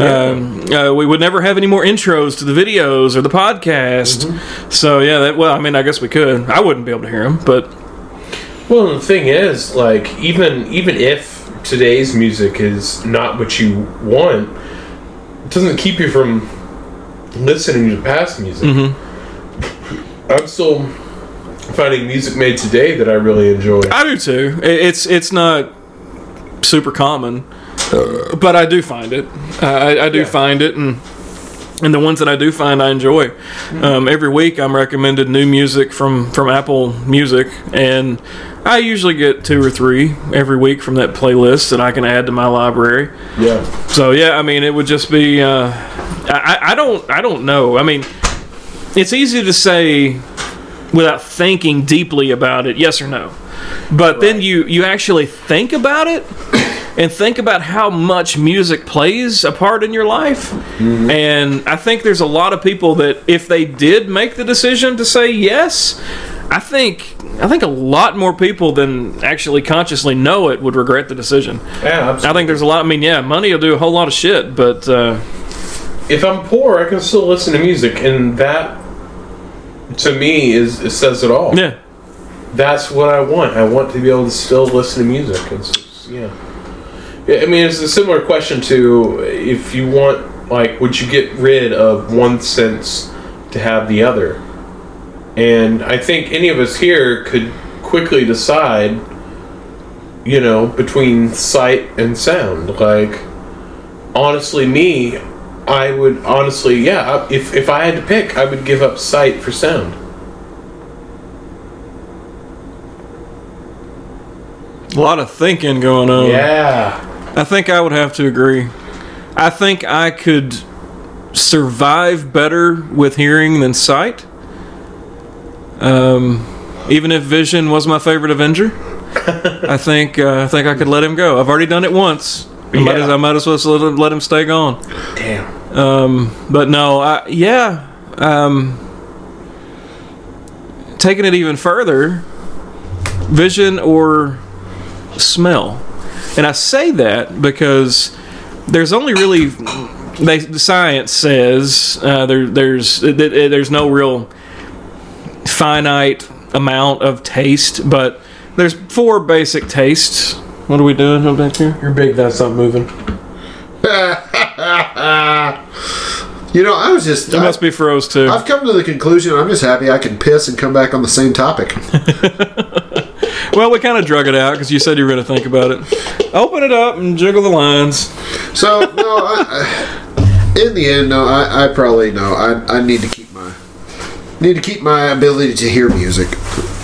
Um, uh, we would never have any more intros to the videos or the podcast. So, yeah, that, well, I mean, I guess we could. I wouldn't be able to hear them, but Well, the thing is, like, even even if today's music is not what you want, it doesn't keep you from listening to past music. Mm-hmm. I'm still finding music made today that I really enjoy. I do too. I- It's it's not super common, but I do find it. I, I- I do find it, and and the ones that I do find, I enjoy. Um, every week, I'm recommended new music from from Apple Music, and I usually get two or three every week from that playlist that I can add to my library. Yeah. So yeah, I mean, it would just be. Uh, I, I- I don't. I don't know. I mean, it's easy to say without thinking deeply about it, yes or no. But then you you actually think about it <coughs> and think about how much music plays a part in your life. And I think there's a lot of people that if they did make the decision to say yes, I think I think a lot more people than actually consciously know it would regret the decision. Yeah, I absolutely. think there's a lot. I mean, yeah, money will do a whole lot of shit, but uh, If I'm poor, I can still listen to music, and that to me is it says it all. yeah, That's what I want. I want to be able to still listen to music. It's it's- yeah. Yeah, I mean, it's a similar question to if you want, like, would you get rid of one sense to have the other? And I think any of us here could quickly decide you know, between sight and sound. Like, honestly, me, I would honestly, yeah, if, if I had to pick, I would give up sight for sound. A lot of thinking going on. Yeah. I think I would have to agree. I think I could survive better with hearing than sight. Um, even if Vision was my favorite <laughs> Avenger, I think uh, I think I could let him go. I've already done it once. I, might, as, Yeah. I might as well just let him, let him stay gone. Damn. But no, I, yeah. Um, taking it even further, vision or smell. And I say that because there's only really they, the science says uh, there, there's it, it, there's no real finite amount of taste, but there's four basic tastes. What are we doing up back here? You're big, that's not moving. You know, I was just. It I, must be froze too. I've come to the conclusion. I'm just happy I can piss and come back on the <laughs> same topic. Well, we kind of drug it out because you said you were going to think about it. Open it up and jiggle the lines. So no, I, I, in the end, no, I, I probably no. I, I need to keep my need to keep my ability to hear music,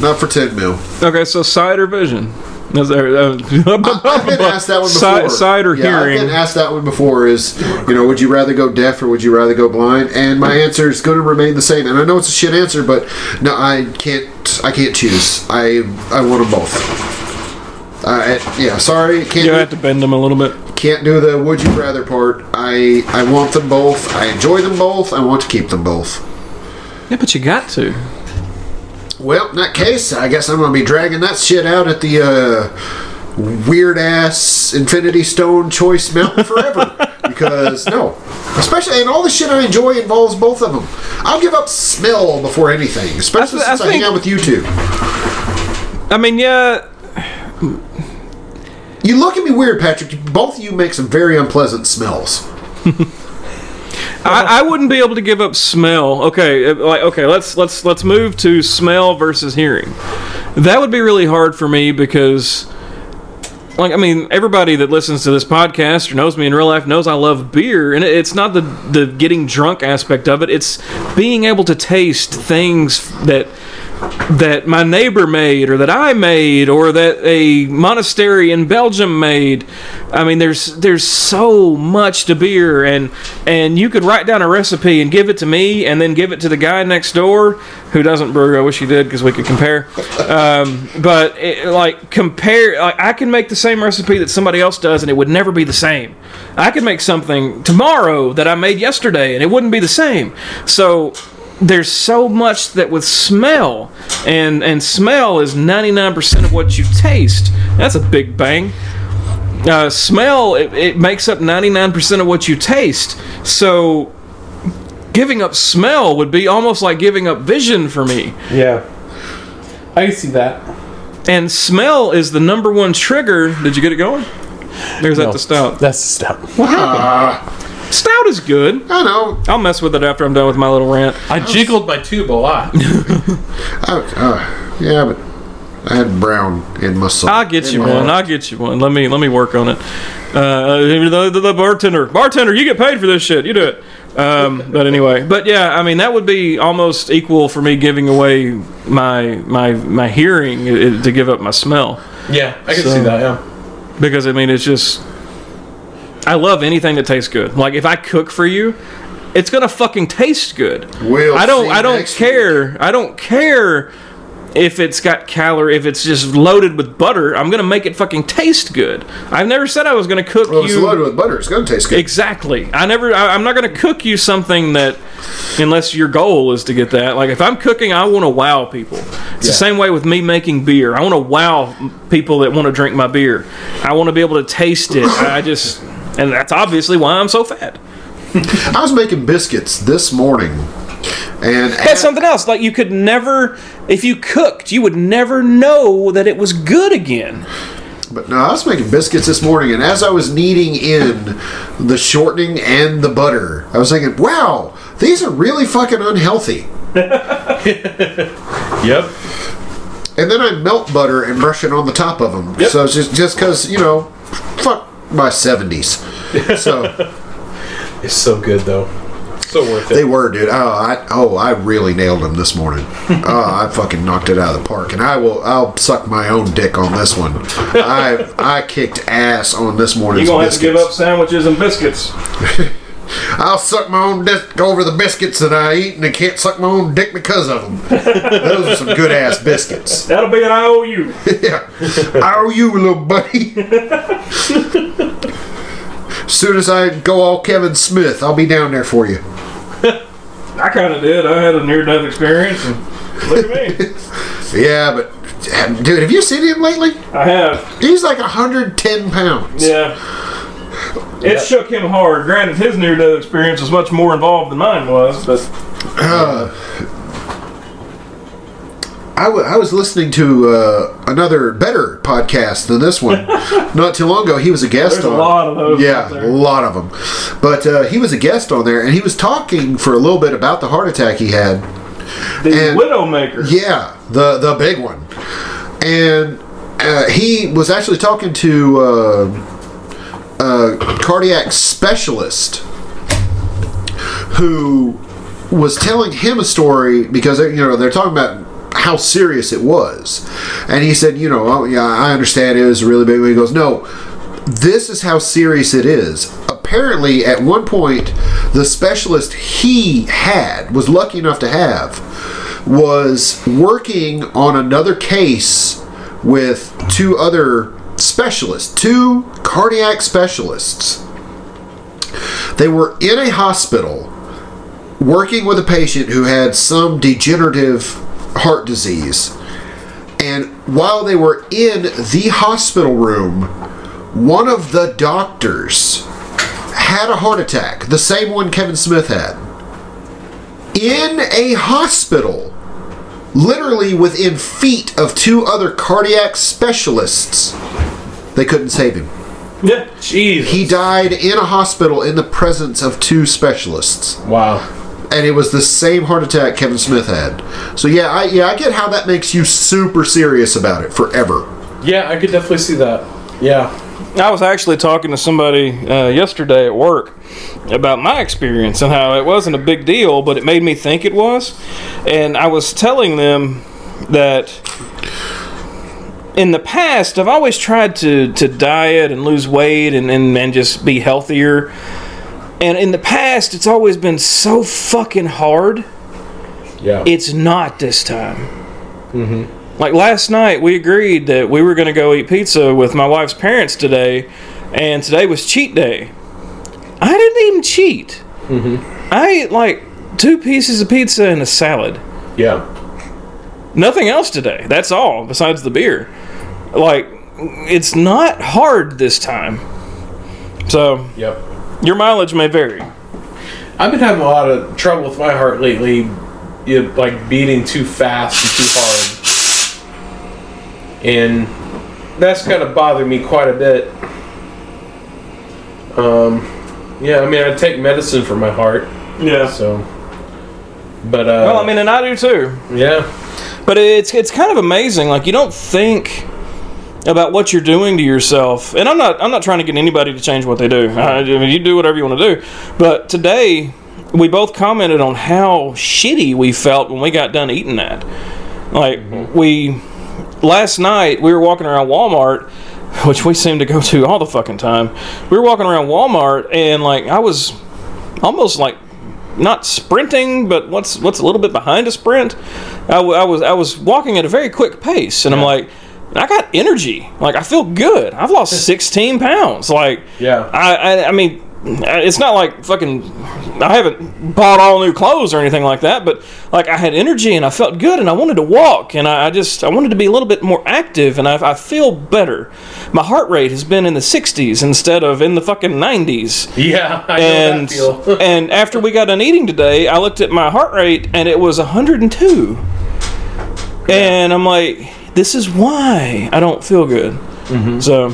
not for ten mil. Okay, so sight or vision? Is there, uh, <laughs> I've been asked that one Sight- before. sight or Yeah, I've hearing? been asked that one before. Is you know, would you rather go deaf or would you rather go blind? And my answer is going to remain the same. And I know it's a shit answer, but no, I can't. I can't choose. I I want them both. Uh, yeah, sorry, can't you do- have to bend them a little bit. can't do the would you rather part. I I want them both. I enjoy them both. I want to keep them both. Yeah, but you got to. Well, in that case, I guess I'm gonna be dragging that shit out at the uh, weird ass Infinity Stone Choice Mountain <laughs> forever. because no, especially and all the shit I enjoy involves both of them. I'll give up smell before anything, especially I since I, think- hang out with you two. I mean, yeah, You look at me weird, Patrick. Both of you make some very unpleasant smells. I, I wouldn't be able to give up smell. Okay, uh, like okay, let's let's let's move to smell versus hearing. That would be really hard for me because, like, I mean, everybody that listens to this podcast or knows me in real life knows I love beer, and it- it's not the the getting drunk aspect of it. It's being able to taste things that that my neighbor made or that I made or that a monastery in Belgium made. I mean there's there's so much to beer and and you could write down a recipe and give it to me and then give it to the guy next door who doesn't brew. I wish he did because we could compare. Um, but it, like compare like I can make the same recipe that somebody else does and it would never be the same. I could make something tomorrow that I made yesterday and it wouldn't be the same. So there's so much that with smell and and smell is 99% of what you taste that's a big bang uh, smell it, it makes up 99% of what you taste so giving up smell would be almost like giving up vision for me Yeah. I can see that. and smell is the number one trigger did you get it going there's that the stout That's step. stout is good I know. i'll mess with it after i'm done with my little rant I jiggled my tube a lot. I, uh, yeah, but I had brown in my soul. I'll get you one. I'll get you one. Let me let me work on it. Uh, the, the, the bartender, bartender, you get paid for this shit. You do it. Um, but anyway, but yeah, I mean that would be almost equal for me giving away my my my hearing i- to give up my smell <laughs> yeah, I can So- see that, yeah. because I mean it's just I love anything that tastes good. Like if I cook for you, it's gonna fucking taste good. We'll I don't see I don't next week. care. I don't care if it's got calorie if it's just loaded with butter, I'm gonna make it fucking taste good. I've never said I was gonna cook Well, if it's you loaded with butter. It's gonna taste good. Exactly. I never. I, I'm not going to cook you something that, unless your goal is to get that. Like if I'm cooking, I want to wow people. It's the same way with me making beer. I want to wow people that want to drink my beer. I want to be able to taste it. I just, and that's obviously why I'm so fat. I was making biscuits this morning, and That's something else. Like you could never, if you cooked, you would never know that it was good again. but no, I was making biscuits this morning, and as I was kneading in the shortening and the butter, I was thinking, "Wow, these are really fucking unhealthy." Yep. And and then I melt butter and brush it on the top of them. Yep. So it's just just because you know, fuck my seventies. <laughs> So It's so good though. So worth it. they were, dude. Oh, I oh I really nailed them this morning. Oh, I fucking knocked it out of the park, and I will I'll suck my own dick on this one. I I kicked ass on this morning's You're gonna have to biscuits. give up sandwiches and biscuits. I'll suck my own dick over the biscuits that I eat, and I can't suck my own dick because of them. Those are some good ass biscuits. <laughs> That'll be an IOU. Yeah. How are you, little buddy? <laughs> Soon as I go all Kevin Smith, I'll be down there for you. I kind of did. I had a near death experience, and look at me. Yeah, but dude, have you seen him lately? I have. He's like 110 pounds. Yeah. It shook him hard. Granted, his near death experience was much more involved than mine was, but I, w- I was listening to uh, another better podcast than this <laughs> one not too long ago. He was a guest There's a on. lot of those Yeah, out there. a lot of them. But uh, he was a guest on there, and he was talking for a little bit about the heart attack he had. the And- Widowmaker. Yeah, the the big one. And uh, he was actually talking to uh, a cardiac specialist who was telling him a story because you know they're talking about how serious it was, and he said, you know, oh, yeah, I understand it was a really big. one." He goes, no, this is how serious it is. Apparently, at one point, the specialist he had was lucky enough to have was working on another case with two other specialists, two cardiac specialists. They were in a hospital working with a patient who had some degenerative heart disease. And while they were in the hospital room, one of the doctors had a heart attack, the same one Kevin Smith had. In a hospital, literally within feet of two other cardiac specialists, they couldn't save him. Yeah. Jeez. He died in a hospital in the presence of two specialists wow. and it was the same heart attack Kevin Smith had. So yeah, I yeah, I get how that makes you super serious about it forever. Yeah, I could definitely see that. Yeah. I was actually talking to somebody uh, yesterday at work about my experience and how it wasn't a big deal, but it made me think it was. And I was telling them that in the past, I've always tried to, to diet and lose weight and, and, and just be healthier. And in the past, it's always been so fucking hard Yeah. it's not this time. Mm-hmm. Like last night, we agreed that we were going to go eat pizza with my wife's parents today, and today was cheat day. I didn't even cheat. Mm-hmm. I ate like two pieces of pizza and a salad. yeah. Nothing else today. That's all, besides the beer. Like, it's not hard this time. So, Yep. your mileage may vary. I've been having a lot of trouble with my heart lately, you know, like beating too fast and too hard, and that's kind of bothered me quite a bit. Um, yeah, I mean, I take medicine for my heart, Yeah. so. But uh, Well, I mean, and I do too. yeah, But it's it's kind of amazing. Like you don't think about what you're doing to yourself. And I'm not I'm not trying to get anybody to change what they do. I, I mean, you do whatever you want to do. But today we both commented on how shitty we felt when we got done eating that. Like we last night we were walking around Walmart, <laughs> which we seem to go to all the fucking time. We were walking around Walmart and like I was almost like not sprinting, but what's what's a little bit behind a sprint. I, w- I was I was walking at a very quick pace, and I'm like, I got energy. Like I feel good. I've lost 16 pounds. Like Yeah. <laughs> I I, I mean. I- It's not like fucking. I haven't bought all new clothes or anything like that, but like I had energy and I felt good and I wanted to walk and I, I just I wanted to be a little bit more active and I, I feel better. My heart rate has been in the 60s instead of in the fucking 90s yeah, I and know that feel. <laughs> and after we got done eating today, I looked at my heart rate and it was 102. And I'm like, this is why I don't feel good. Mm-hmm. So,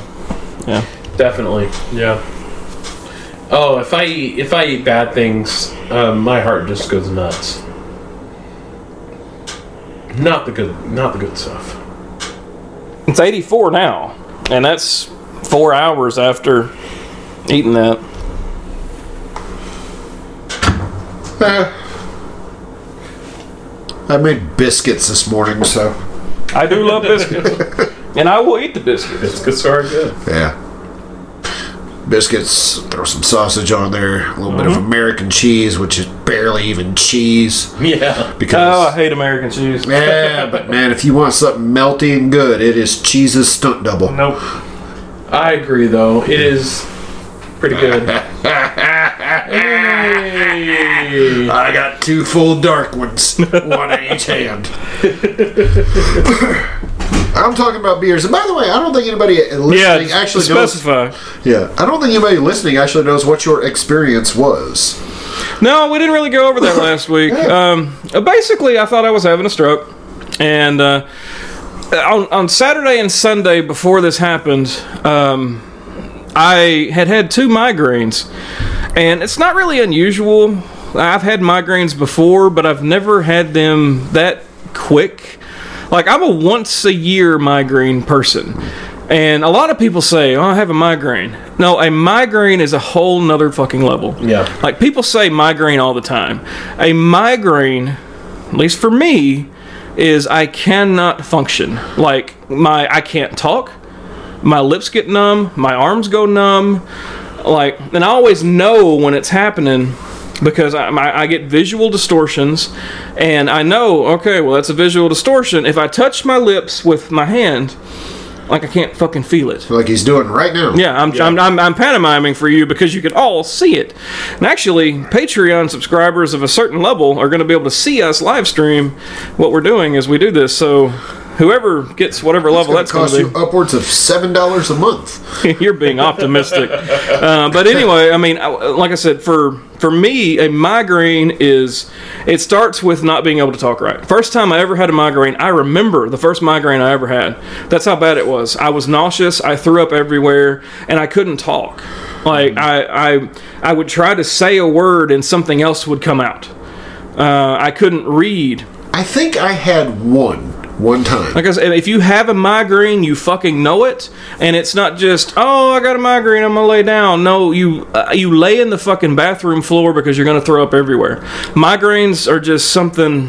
yeah. Definitely. Yeah. Oh, if I eat, if I eat bad things, um, my heart just goes nuts. Not the good, not the good stuff. It's 84 now, and that's four hours after eating that. Eh. I made biscuits this morning, so I do <laughs> love biscuits, and I will eat the biscuits. Biscuits are good. yeah. Biscuits, throw some sausage on there, a little bit of Mm-hmm. American cheese, which is barely even cheese Yeah. Oh, I because hate American cheese. <laughs> yeah, but man, if you want something melty and good, it is cheese's stunt double. Nope. I agree, though. It is pretty good. Hey. I got two full dark <laughs> ones, one in each hand. <coughs> I'm talking about beers. And by the way, I don't think anybody Yeah, listening actually knows. specify. Yeah, I don't think anybody listening actually knows what your experience was. No, we didn't really go over that last week. Um, uh, basically, I thought I was having a stroke, and uh, on, on Saturday and Sunday before this happened, um, I had had two migraines, and it's not really unusual. I've had migraines before, but I've never had them that quick. Like I'm a once a year migraine person. And a lot of people say, Oh, I have a migraine. No, a migraine is a whole nother fucking level. Yeah. Like people say migraine all the time. A migraine, at least for me, is I cannot function. Like my I can't talk. My lips get numb, my arms go numb. Like and I always know when it's happening because I, my, I get visual distortions and I know, okay, well that's a visual distortion. If I touch my lips with my hand, like I can't fucking feel it. Like he's doing right now. Yeah, I'm, I'm, I'm, I'm pantomiming for you because you can all see it. And actually, Patreon subscribers of a certain level are going to be able to see us live stream what we're doing as we do this. So, whoever gets whatever level That that's going costs you to upwards of seven dollars a month. be, <laughs> you're being optimistic. Uh, but anyway, I mean, I, like I said, for for me, a migraine is it starts with not being able to talk right. First time I ever had a migraine, I remember the first migraine I ever had. That's how bad it was. I was nauseous. I threw up everywhere, and I couldn't talk. Like I, I, I would try to say a word and something else would come out. Uh, I couldn't read. I think I had one one time. Like I said, if you have a migraine, you fucking know it, and it's not just oh I got a migraine, I'm gonna lay down. No, you uh, you lay in the fucking bathroom floor because you're gonna throw up everywhere. Migraines are just something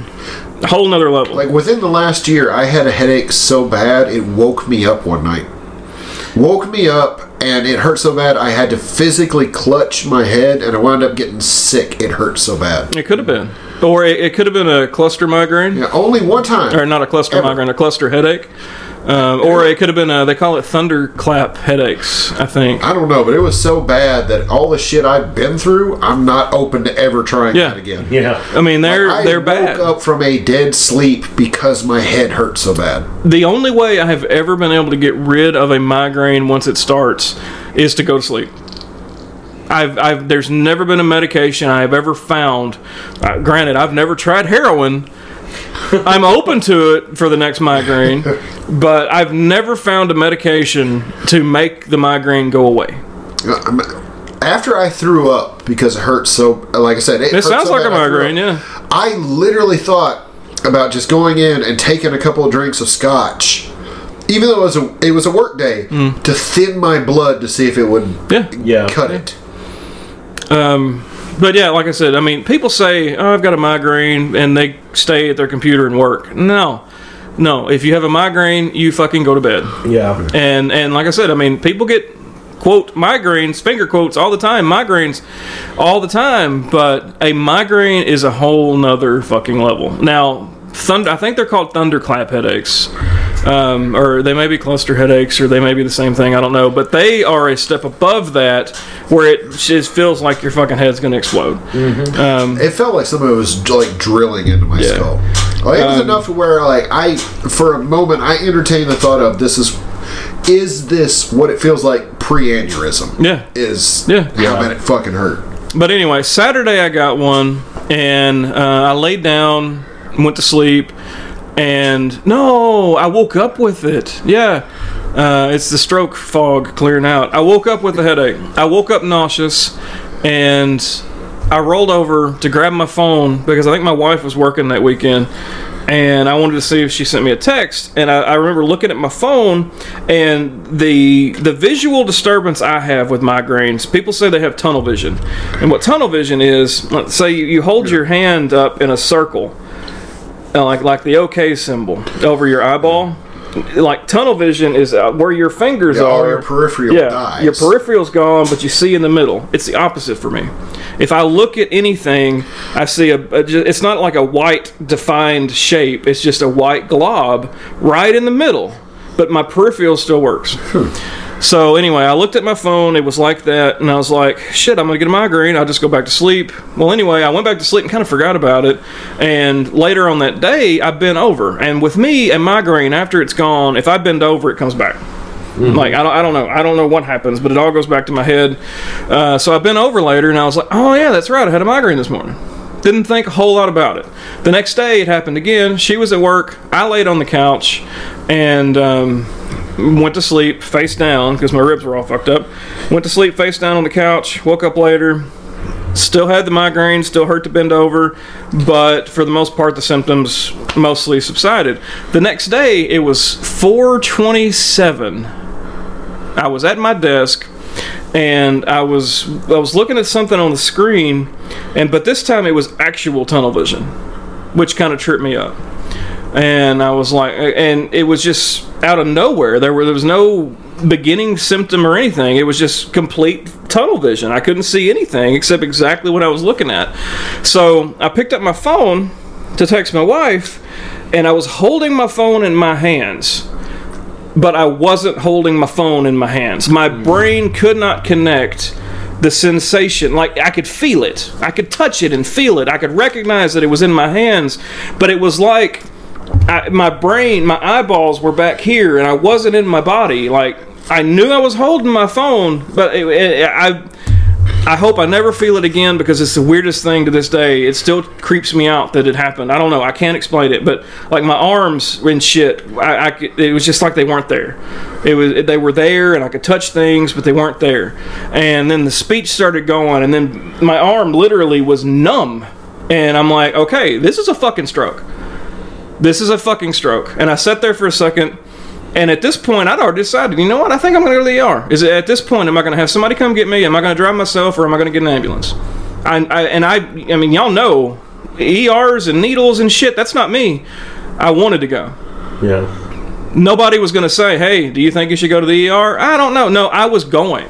a whole nother level. Like within the last year, I had a headache so bad it woke me up one night. Woke me up, and it hurt so bad I had to physically clutch my head, and I wound up getting sick. It hurt so bad. it could have been, or it, it could have been a cluster migraine, Yeah, only one time. or not a cluster Ever. migraine, a cluster headache. Um, or it could have been a, they call it thunderclap headaches, I think. I don't know, but it was so bad that all the shit I've been through, I'm not open to ever trying Yeah. that again. Yeah. I mean, they're I they're woke bad. up from a dead sleep because my head hurt so bad. the only way I have ever been able to get rid of a migraine once it starts is to go to sleep. I've, I've there's never been a medication I've ever found. Uh, granted, I've never tried heroin. <laughs> I'm open to it for the <laughs> next migraine, but I've never found a medication to make the migraine go away. I'm- After I threw up because it hurt so, like I said, it, It hurt sounds so like a bad I threw migraine, up. yeah. I literally thought about just going in and taking a couple of drinks of scotch, even though it was a, it was a work day, to thin my blood to see if it would Mm. Yeah. Yeah. cut it. But yeah, like I said, I mean, people say, "Oh, I've got a migraine," and they stay at their computer and work. No, no. If you have a migraine, you fucking go to bed. Yeah. And and like I said, I mean, people get quote migraines, finger quotes all the time, migraines all the time. But a migraine is a whole nother fucking level. Now, thunder. I think they're called thunderclap headaches. Um, or they may be cluster headaches, or they may be the same thing. I don't know, but they are a step above that, where it just feels like your fucking head's going to explode. It felt like somebody was like drilling into my Yeah. Um, skull. Like, it was enough to where like I, for a moment, I entertained the thought of this is, is this what it feels like pre-aneurysm? Yeah. Is Yeah. how bad it fucking hurt. But anyway, Saturday I got one, and uh, I laid down, went to sleep, and no, I woke up with it. Yeah, uh, it's the stroke fog clearing out. I woke up with a headache. I woke up nauseous, and I rolled over to grab my phone because I think my wife was working that weekend, and I wanted to see if she sent me a text. And I, I remember looking at my phone, and the the visual disturbance I have with migraines. People say they have tunnel vision, and what tunnel vision is, let's say you, you hold your hand up in a circle, uh, like like the OK symbol over your eyeball. Like tunnel vision is uh, where your fingers Yeah, are. all your peripheral yeah, dies. your peripheral's gone, but you see in the middle. It's the opposite for me. If I look at anything, I see a. a ju- it's not like a white defined shape. It's just a white glob right in the middle. But my peripheral still works. Hmm. So anyway, I looked at my phone. It was like that, and I was like, "Shit, I'm gonna get a migraine. I'll just go back to sleep." Well, anyway, I went back to sleep and kind of forgot about it. And later on that day, I bent over. And with me, a migraine after it's gone, if I bend over, it comes back. Like I don't, I don't know, I don't know what happens, but it all goes back to my head. Uh, so I bent over later, and I was like, "Oh yeah, that's right. I had a migraine this morning." Didn't think a whole lot about it. The next day, it happened again. She was at work. I laid on the couch, and. Um, went to sleep face down because my ribs were all fucked up. Went to sleep face down on the couch. Woke up later. Still had the migraine, still hurt to bend over, but for the most part, the symptoms mostly subsided. The next day, it was 427. I was at my desk, and I was I was looking at something on the screen, and but this time it was actual tunnel vision, which kind of tripped me up and I was like, and it was just out of nowhere. There were there was no beginning symptom or anything. It was just complete tunnel vision. I couldn't see anything except exactly what I was looking at. So I picked up my phone to text my wife, and I was holding my phone in my hands but I wasn't holding my phone in my hands. My brain could not connect the sensation. Like I could feel it, I could touch it and feel it. I could recognize that it was in my hands, but it was like I, my brain, my eyeballs were back here, and I wasn't in my body. Like I knew I was holding my phone, but it, it, I. I hope I never feel it again because it's the weirdest thing to this day. It still creeps me out that it happened. I don't know. I can't explain it, but like my arms and shit, I, I could- it was just like they weren't there. It was they were there, and I could touch things, but they weren't there. And then the speech started going, and then my arm literally was numb. And I'm like, okay, this is a fucking stroke. This is a fucking stroke. And I sat there for a second. And at this point, I'd already decided, you know what? I think I'm going to go to the ER. Is it at this point, am I going to have somebody come get me? Am I going to drive myself, or am I going to get an ambulance? I, I, and I, I mean, y'all know, ERs and needles and shit. That's not me. I wanted to go. Yeah. Nobody was going to say, hey, do you think you should go to the ER? I don't know. No, I was going.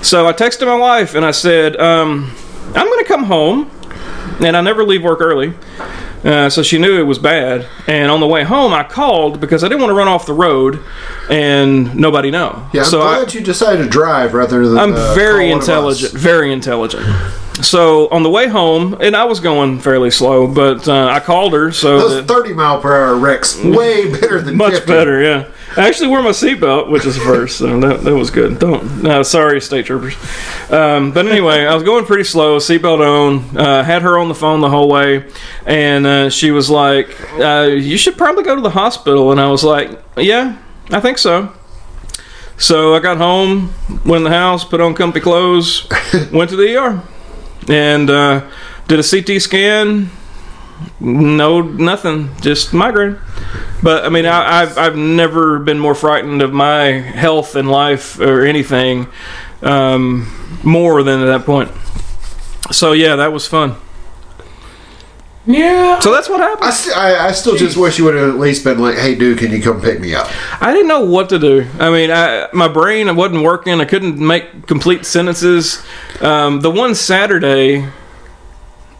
So I texted my wife and I said, um, I'm going to come home. And I never leave work early. Uh, so she knew it was bad. And on the way home, I called because I didn't want to run off the road and nobody know. Yeah, I'm so I- glad you decided to drive rather than. I'm uh, call one very of us. intelligent. Very intelligent. So on the way home, and I was going fairly slow, but uh, I called her. So Those that- 30 mile per hour wrecks <laughs> way better than Much 50. better, yeah. I actually wore my seatbelt, which is first, so that, that was good. Don't, no, sorry, state troopers. Um, but anyway, I was going pretty slow, seatbelt on, uh, had her on the phone the whole way, and uh, she was like, uh, You should probably go to the hospital. And I was like, Yeah, I think so. So I got home, went in the house, put on comfy clothes, went to the ER, and uh, did a CT scan. No, nothing, just migraine. But I mean, I, I've I've never been more frightened of my health and life or anything um, more than at that point. So yeah, that was fun. Yeah. So that's what I, happened. st- I, I still just wish you would have at least been like, hey, dude, can you come pick me up? I didn't know what to do. I mean, I, my brain wasn't working. I couldn't make complete sentences. Um, the one Saturday,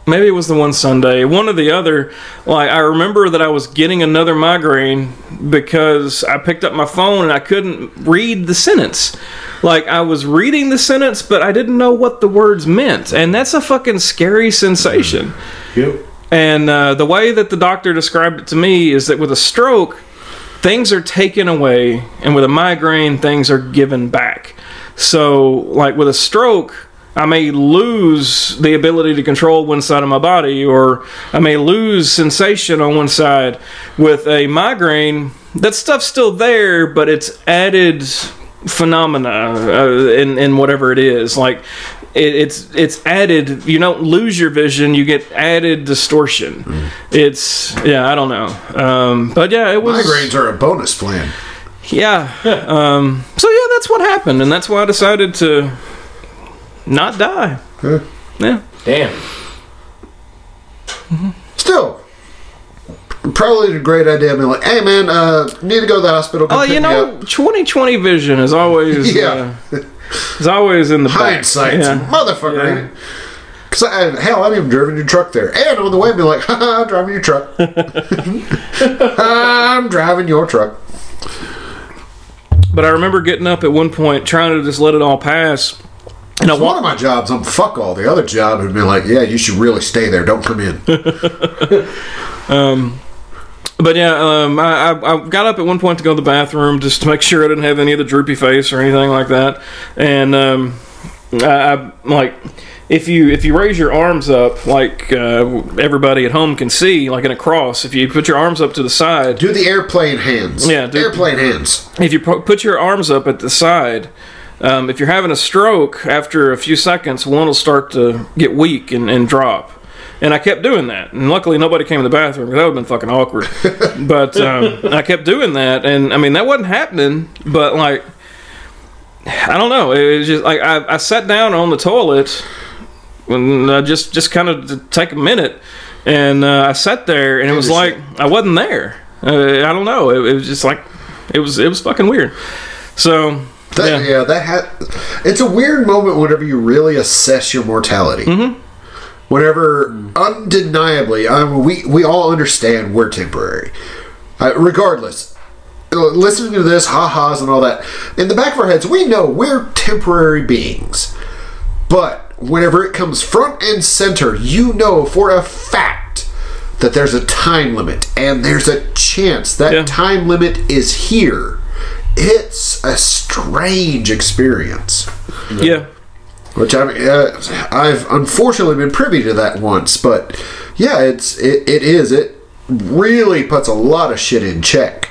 maybe it was the one Sunday, one or the other. Like I remember that I was getting another migraine because I picked up my phone and I couldn't read the sentence. Like I was reading the sentence, but I didn't know what the words meant, and that's a fucking scary sensation. Yep. And uh, the way that the doctor described it to me is that with a stroke, things are taken away, and with a migraine, things are given back. So, like with a stroke, I may lose the ability to control one side of my body, or I may lose sensation on one side. With a migraine, that stuff's still there, but it's added phenomena uh, in, in whatever it is. Like it, it's it's added. You don't lose your vision; you get added distortion. It's yeah, I don't know, um, but yeah, it was. Migraines are a bonus plan. Yeah. um, so yeah, that's what happened, and that's why I decided to not die. Huh? Yeah. Damn. Still, probably a great idea. I mean, like, hey man, uh, need to go to the hospital. come Oh, pick you me know, up." 2020 vision is always <laughs> Yeah. uh, is always in the back. hindsight, Yeah. motherfucker. Because I, hell, I've even driven your truck there, and on the way, be like, <laughs> "Ha ha, I'm driving your <laughs> truck. I'm driving your truck. But I remember getting up at one point trying to just let it all pass, and I It's one of walked. my jobs. I'm fuck all. The other job would be like, yeah, you should really stay there. Don't come <laughs> in. But yeah, um, I, I, I got up at one point to go to the bathroom just to make <laughs> sure I didn't have any of the droopy face or anything like that. And um, I, I like if you if you raise your arms up like uh, everybody at home can see, like in a cross, if you put your arms up to the side, Do the airplane hands. Yeah, do- airplane hands. if you pu- put your arms up at the side, um, if you're having a stroke, after a few seconds, one will start to get weak and, and drop. And I kept doing that. And luckily, nobody came to the bathroom 'cause that would have been fucking awkward. but um, I kept doing that. And I mean, that wasn't happening, but like, I don't know. It was just like I, I sat down on the toilet and I just, just kind of to take a minute. And uh, I sat there and it was like I wasn't there. Uh, I don't know. It, it was just like it was it was fucking weird. So That, yeah. yeah. that ha- it's a weird moment whenever you really assess your mortality. Mm-hmm. Whenever undeniably, I mean, we we all understand we're temporary. Uh, regardless, l- listening to this, ha-has and all that, in the back of our heads, we know we're temporary beings. But whenever it comes front and center, you know for a fact that there's a time limit and there's a chance that Yeah. time limit is here. It's a strange experience. yeah. Which I mean, uh, I've unfortunately been privy to that once, but yeah, it's it, it is it really puts a lot of shit in check.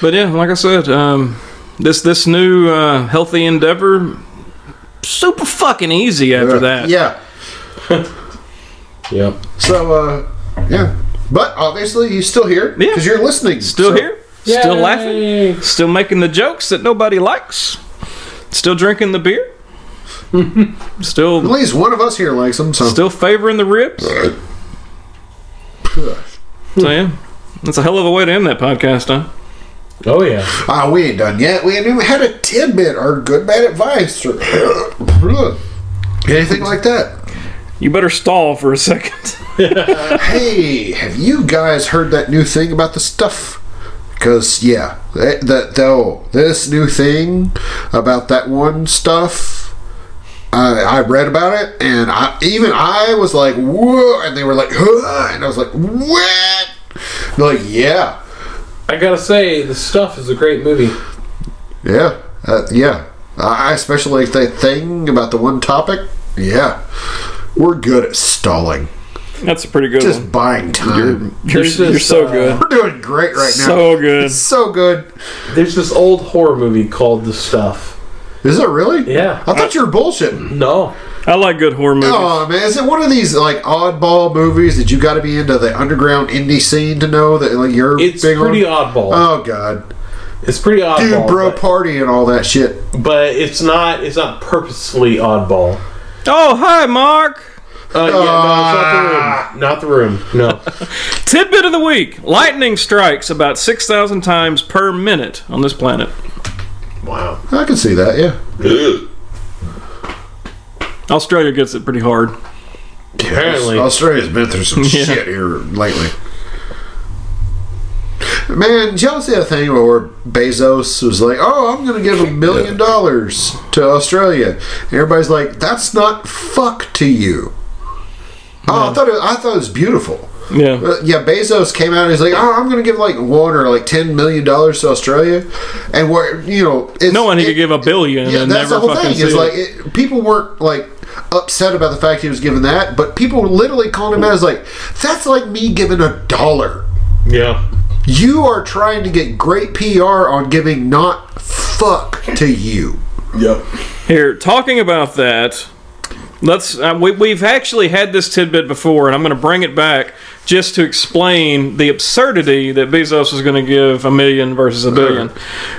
But yeah, like I said, um, this this new uh, healthy endeavor super fucking easy after that. yeah. Yep. So uh, yeah, but obviously you're still here Yeah. because you're listening. so- Still here, still laughing, still making the jokes that nobody likes, still drinking <laughs> the beer, At still least one of us here likes them. So still favoring the ribs. So yeah, that's a hell of a way to end that podcast, huh? Oh yeah. ah, we ain't done yet. We ain't even had a tidbit or good bad advice or <coughs> anything like that. You better stall for a second. <laughs> Hey, have you guys heard that new thing about the stuff? Because yeah, that, that though this new thing about that one stuff, I, I read about it, and I, even I was like, whoa, and they were like, huh, and I was like, what? They're like, yeah, I gotta say, the stuff is a great movie. yeah, uh, yeah. I I especially like that thing about the one topic. Yeah, we're good at stalling, That's a pretty good one. just buying time. You're, There's you're this, so uh, good. we're doing great right now. So good. so good. There's this old horror movie called The Stuff. Is it really? Yeah. I thought you were <laughs> bullshitting. No. I like good horror movies. Oh man, is it one of these like oddball movies that you got to be into the underground indie scene to know that like you're It's big pretty on? oddball. Oh god, it's pretty oddball. dude, bro, but- party and all that shit. But, it's not. It's not purposely oddball. Oh, hi, Mark. Uh, yeah, no, it's not the room. Not the room. Tidbit of the week: Lightning strikes about six thousand times per minute on this planet. No. <laughs> wow. I can see that. Yeah, Australia gets it pretty hard. Apparently. Australia's been through <laughs> some shit here lately. Man, did y'all see that thing where Bezos was like, "Oh, I'm gonna give a million dollars to Australia," and everybody's like, "That's not fuck to you." Oh, I thought it, I thought it was beautiful. Yeah, Uh, yeah, Bezos came out and he's like, "Oh, I'm going to give like one or like ten million dollars to Australia," and where you know, it's, no one he it- could give a billion Yeah, and that's the never whole fucking thing. see Is it. like it, people weren't like upset about the fact he was giving that, but people were literally calling him out as like, "That's like me giving a dollar." Yeah. You are trying to get great PR on giving not fuck to you. Yep. Here, talking about that, let's. Uh, we, we've actually had this tidbit before, and I'm going to bring it back just to explain the absurdity that Bezos is going to give a million versus a billion.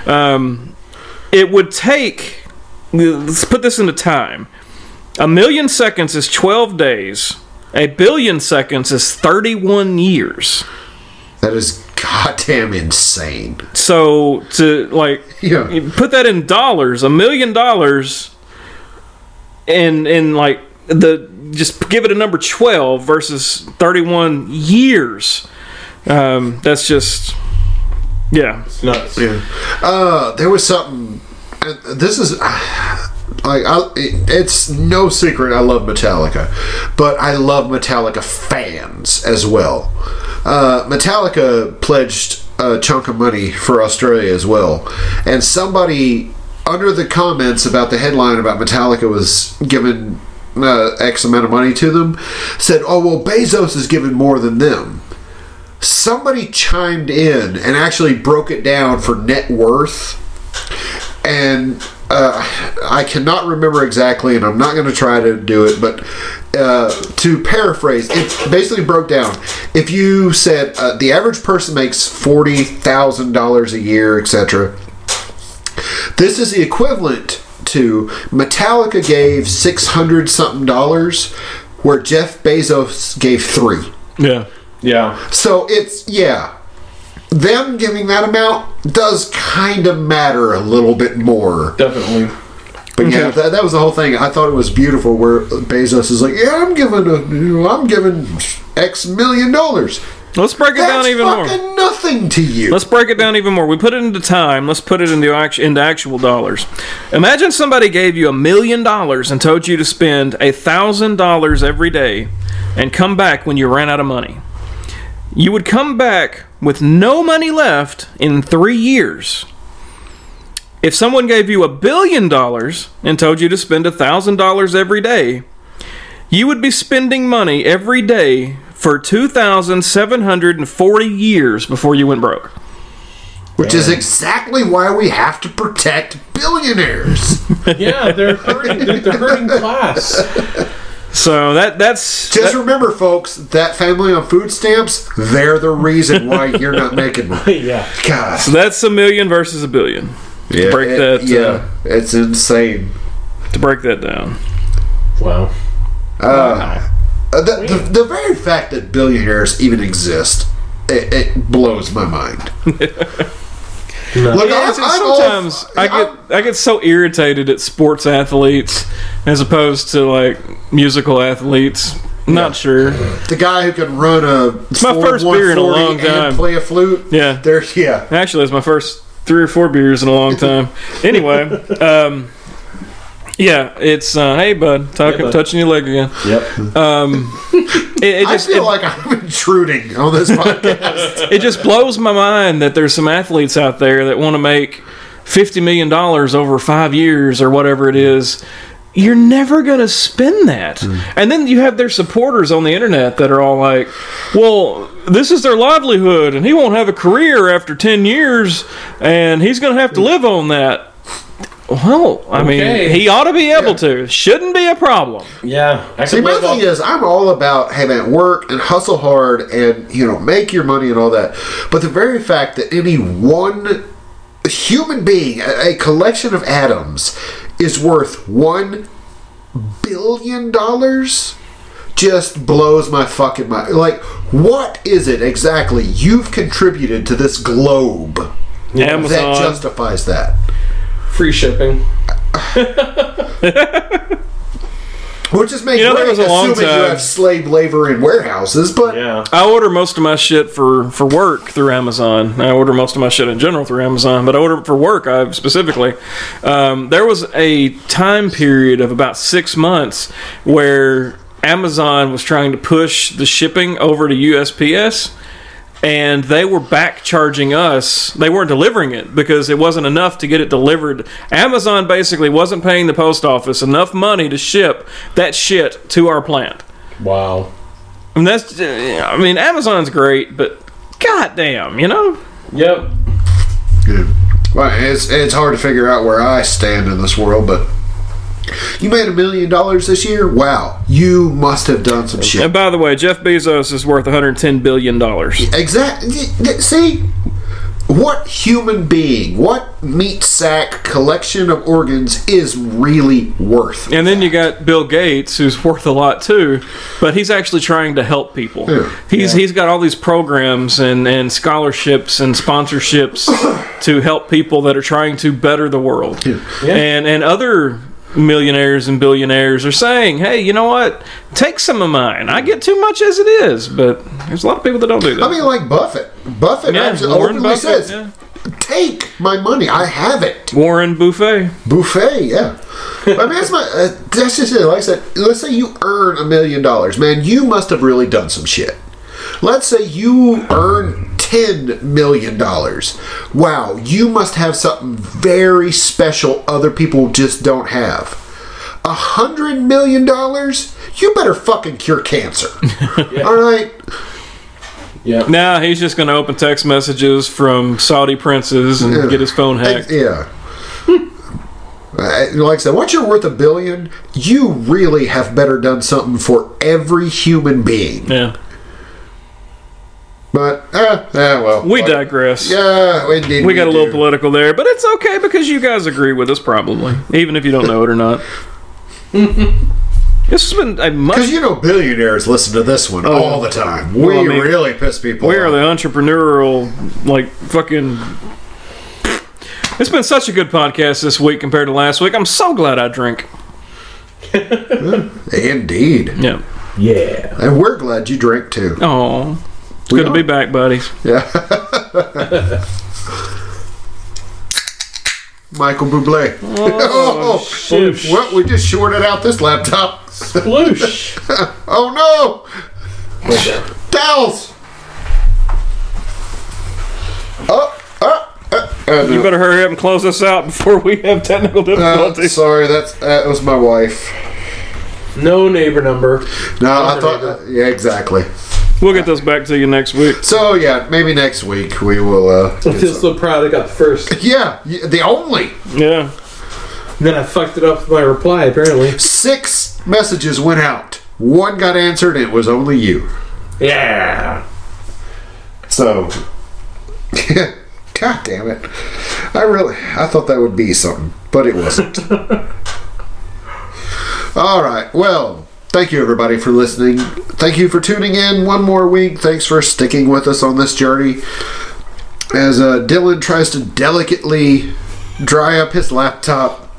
Um, it would take. Let's put this into time. A million seconds is 12 days. A billion seconds is 31 years. That is goddamn insane. <laughs> So to like Yeah. you put that in dollars, a million dollars, and and like the just give it a number twelve versus thirty one years. Um, that's just yeah. It's nuts. Uh, there was something. and This is like I, it's no secret. I love Metallica, but I love Metallica fans as well. Uh, Metallica pledged a chunk of money for Australia as well, and somebody under the comments about the headline about Metallica was given uh, X amount of money to them said, "Oh well, Bezos is giving more than them." somebody chimed in and actually broke it down for net worth and uh, i cannot remember exactly and i'm not going to try to do it but uh, to paraphrase it basically broke down if you said uh, the average person makes $40000 a year etc this is the equivalent to metallica gave 600 something dollars where jeff bezos gave three Yeah. Yeah. so it's yeah. Them giving that amount does kind of matter a little bit more. Definitely. But yeah, that, that was the whole thing. I thought it was beautiful where Bezos is like, "Yeah, I'm giving a, you know, I'm giving X million dollars. Let's break it That's down even more. fucking nothing to you." Let's break it down even more. We put it into time. Let's put it into actual, into actual dollars. Imagine somebody gave you a million dollars and told you to spend a thousand dollars every day, and come back when you ran out of money. You would come back with no money left in three years. If someone gave you a billion dollars and told you to spend a thousand dollars every day, you would be spending money every day for 2,740 years before you went broke. which is exactly why we have to protect <laughs> billionaires. Yeah, they're hurting. They're the hurting class. So that that's Just remember, folks, that family on food stamps—they're the reason why you're not making <laughs> <laughs> money. Yeah. God, that's a million versus a billion. yeah, break it- that, uh, Yeah, it's insane. To break that down, Wow. Uh, the, the, the very fact that billionaires even exist, it, it blows my <laughs> mind. Look, yeah, I'm- it's- I'm all- sometimes I I'm- get I get so irritated at sports athletes as opposed to like musical athletes. Not sure. the guy who can run a it's my first beer in a long time. and play a flute. Yeah. there. Yeah, Actually, it's my first three or four beers in a long time. anyway, um, yeah, it's uh, hey bud, talking, bud. touching your leg again. Yep. It, it just I feel it- like I'm <laughs> intruding on <laughs> this podcast. it just blows my mind that there's some athletes out there that want to make fifty million dollars over five years or whatever it is. You're never gonna spend that, and then you have their supporters on the internet that are all like, "Well, this is their livelihood, and he won't have a career after ten years, and he's gonna have to live on that." Well, I Okay. mean, he ought to be able to. Shouldn't be a problem. Yeah. I See, could my live thing off- is, I'm all about hey man, work and hustle hard and you know make your money and all that. But the very fact that any one human being, a, a collection of atoms, is worth one billion dollars just blows my fucking mind. Like, what is it exactly you've contributed to this globe that Amazon, justifies that? free shipping. Which is making You know, there great, was a long assuming you time- have slave labor in warehouses, but Yeah. I order most of my shit for, for work through Amazon. I order most of my shit in general through Amazon, but I order for work I specifically. Um, there was a time period of about six months where Amazon was trying to push the shipping over to USPS, and they were back charging us. They weren't delivering it because it wasn't enough to get it delivered. Amazon basically wasn't paying the post office enough money to ship that shit to our plant. Wow. I mean, that's. I mean, Amazon's great, but goddamn, you know. Yep. Yeah. Well, it's it's hard to figure out where I stand in this world, but you made a million dollars this year. Wow, you must have done some shit. And by the way, Jeff Bezos is worth 110 billion dollars. Exactly. See, what human being, what meat sack collection of organs is really worth? And then you got Bill Gates, who's worth a lot too, but he's actually trying to help people. He's he's got all these programs and, and scholarships and sponsorships <coughs> to help people that are trying to better the world. And and other millionaires and billionaires are saying, Hey, you know what? Take some of mine. I get too much as it is, but there's a lot of people that don't do that. I mean, like Buffett. Buffett Yeah, actually Warren openly Buffett, says, yeah. "Take my money. I have it." Warren Buffet. Buffet, yeah. I mean, that's my. Uh, that's just it. Like I said, let's say you earn a million dollars, man. You must have really done some shit. Let's say you earn ten million dollars. Wow, you must have something very special other people just don't have. A hundred million dollars? You better fucking cure cancer. All right. Now he's just going to open text messages from Saudi princes and get his phone hacked. Yeah. Uh, Like I said, once you're worth a billion, you really have better done something for every human being. yeah. But, eh, eh well. We Like- digress. Yeah, we did. We got a little do. political there, but it's okay because you guys agree with us probably, even if you don't know it or not. <laughs> this has been a much. Because you know, billionaires listen to this one all the time. We Oh, Well, I mean, really piss people We are off. the entrepreneurial, like fucking. It's been such a good podcast this week compared to last week. I'm so glad I drank. Indeed. Yeah. Yeah. And we're glad you drank too. Oh, it's good to be back, buddies. Michael Bublé. <laughs> Oh, shit. Well, we just shorted out this laptop. <laughs> Sploosh. Oh, no! Towels! You better hurry up and close this out before we have technical Uh, difficulties. sorry, that's that was my wife. No neighbor number. No, I thought. yeah, exactly. We'll get those back to you next week. So yeah, maybe next week we will. uh Tesla product got the first. Yeah, y- the only Yeah. Then I fucked it up with my reply, apparently. six messages went out. One got answered. and It was only you. Yeah. So, <laughs> god damn it! I really, I thought that would be something, but it wasn't. All right. Well, thank you everybody for listening. Thank you for tuning in one more week. Thanks for sticking with us on this journey. As uh, Dylan tries to delicately dry up his laptop,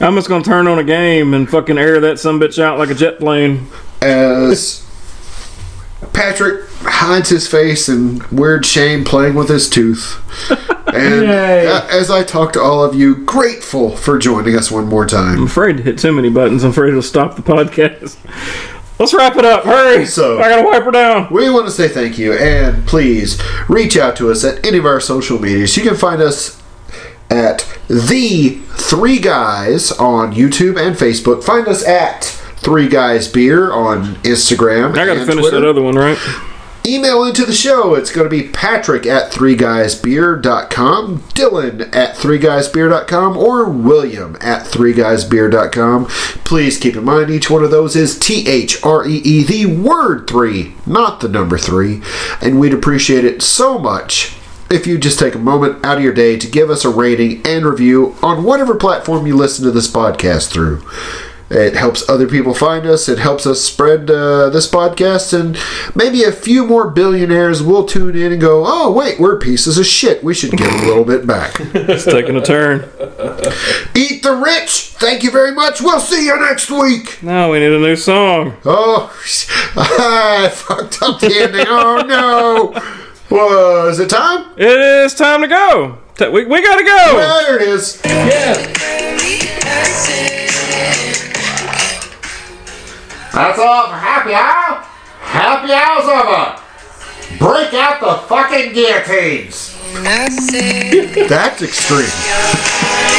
I'm just gonna turn on a game and fucking air that some bitch out like a jet plane. as Patrick hides his face in weird shame playing with his tooth. And Yay. uh, as I talk to all of you, grateful for joining us one more I'm time. afraid to hit too many buttons. I'm afraid it'll stop the podcast. Let's wrap it up. Hurry. So- I gotta wipe her down. We want to say thank you and please reach out to us at any of our social medias. You can find us at The Three Guys on YouTube and Facebook. Find us at Three Guys Beer on Instagram. I gotta and finish Twitter. that other one, right? Email into the show. It's going to be patrick at threeguysbeer.com, dylan at threeguysbeer.com, or william at threeguysbeer.com. Please keep in mind each one of those is T H R E E, the word three, not the number three. And we'd appreciate it so much if you just take a moment out of your day to give us a rating and review on whatever platform you listen to this podcast through. It helps other people find us. It helps us spread uh, this podcast, and maybe a few more billionaires will tune in and go, "Oh, wait, we're pieces of shit. We should give a little bit back." It's taking a turn. Eat the rich. Thank you very much. We'll see you next week. Now we need a new song. Oh, <laughs> I fucked up the ending. Oh no. Well, is it time? It is time to go. Ta- We, we gotta go. There it is. Yeah. That's all for happy hour. Happy hour's over. Break out the fucking guillotines. That's extreme.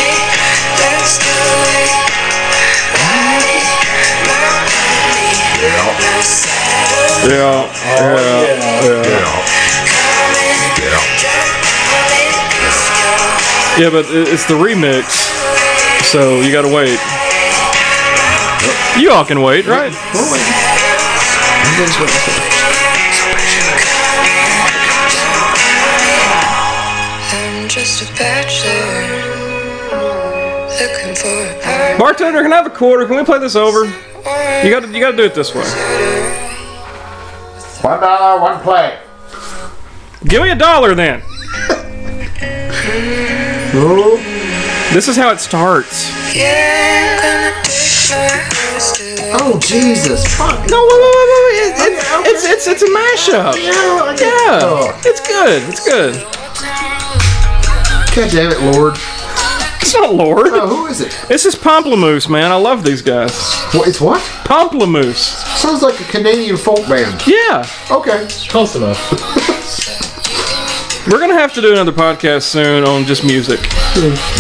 Yeah. Yeah. Yeah. Yeah, but it- it's the remix, so you gotta wait. You all can wait, right? Oh, wait. You guys wait for it. I'm just a bachelor looking for a partner. Bartender, can I have a quarter? Can we play this over? You gotta, you gotta do it this way. One dollar, one play. Give me a dollar then. Oh, This is how it starts. Yeah, I'm gonna take my horse to a oh Jesus! Fuck. No, wait, wait, wait, wait, wait. It, it, it's, it's, it's a mashup. Oh, I get- Yeah, Oh, it's good. It's good. God damn it, Lord. It's not Lord. Oh, who is it? This is Pomplamoose, man. I love these guys. What, it's what? Pomplamoose. Sounds like a Canadian folk band. Yeah. Okay. Close enough. We're gonna have to do another podcast soon on just music,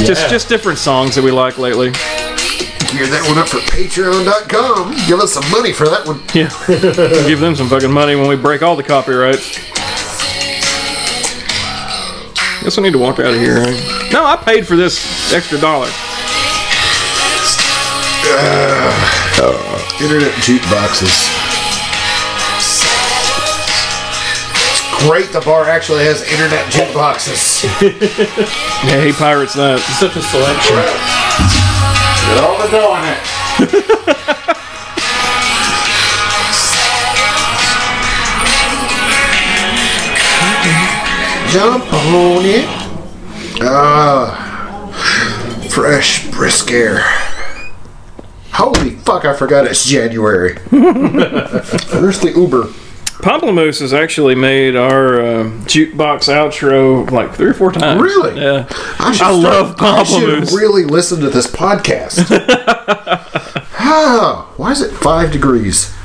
just just different songs that we like lately. Gear that one up for Patreon.com. Give us some money for that one. Yeah, give them some fucking money when we break all the copyrights. Guess I need to walk out of here. Right? No, I paid for this extra dollar. Internet jukeboxes. It's great. The bar actually has internet jukeboxes. Yeah, he pirates that. Such a selection. Get all the dough in it. Jump on it. Ah, fresh brisk air. Holy fuck! I forgot it's January. <laughs> Where's the Uber? Pomplamoose has actually made our uh, jukebox outro like three or four times. Really? Yeah. I, should I start- love I should Pomplamoose. really <laughs> listen to this podcast. Ah, why is it five degrees?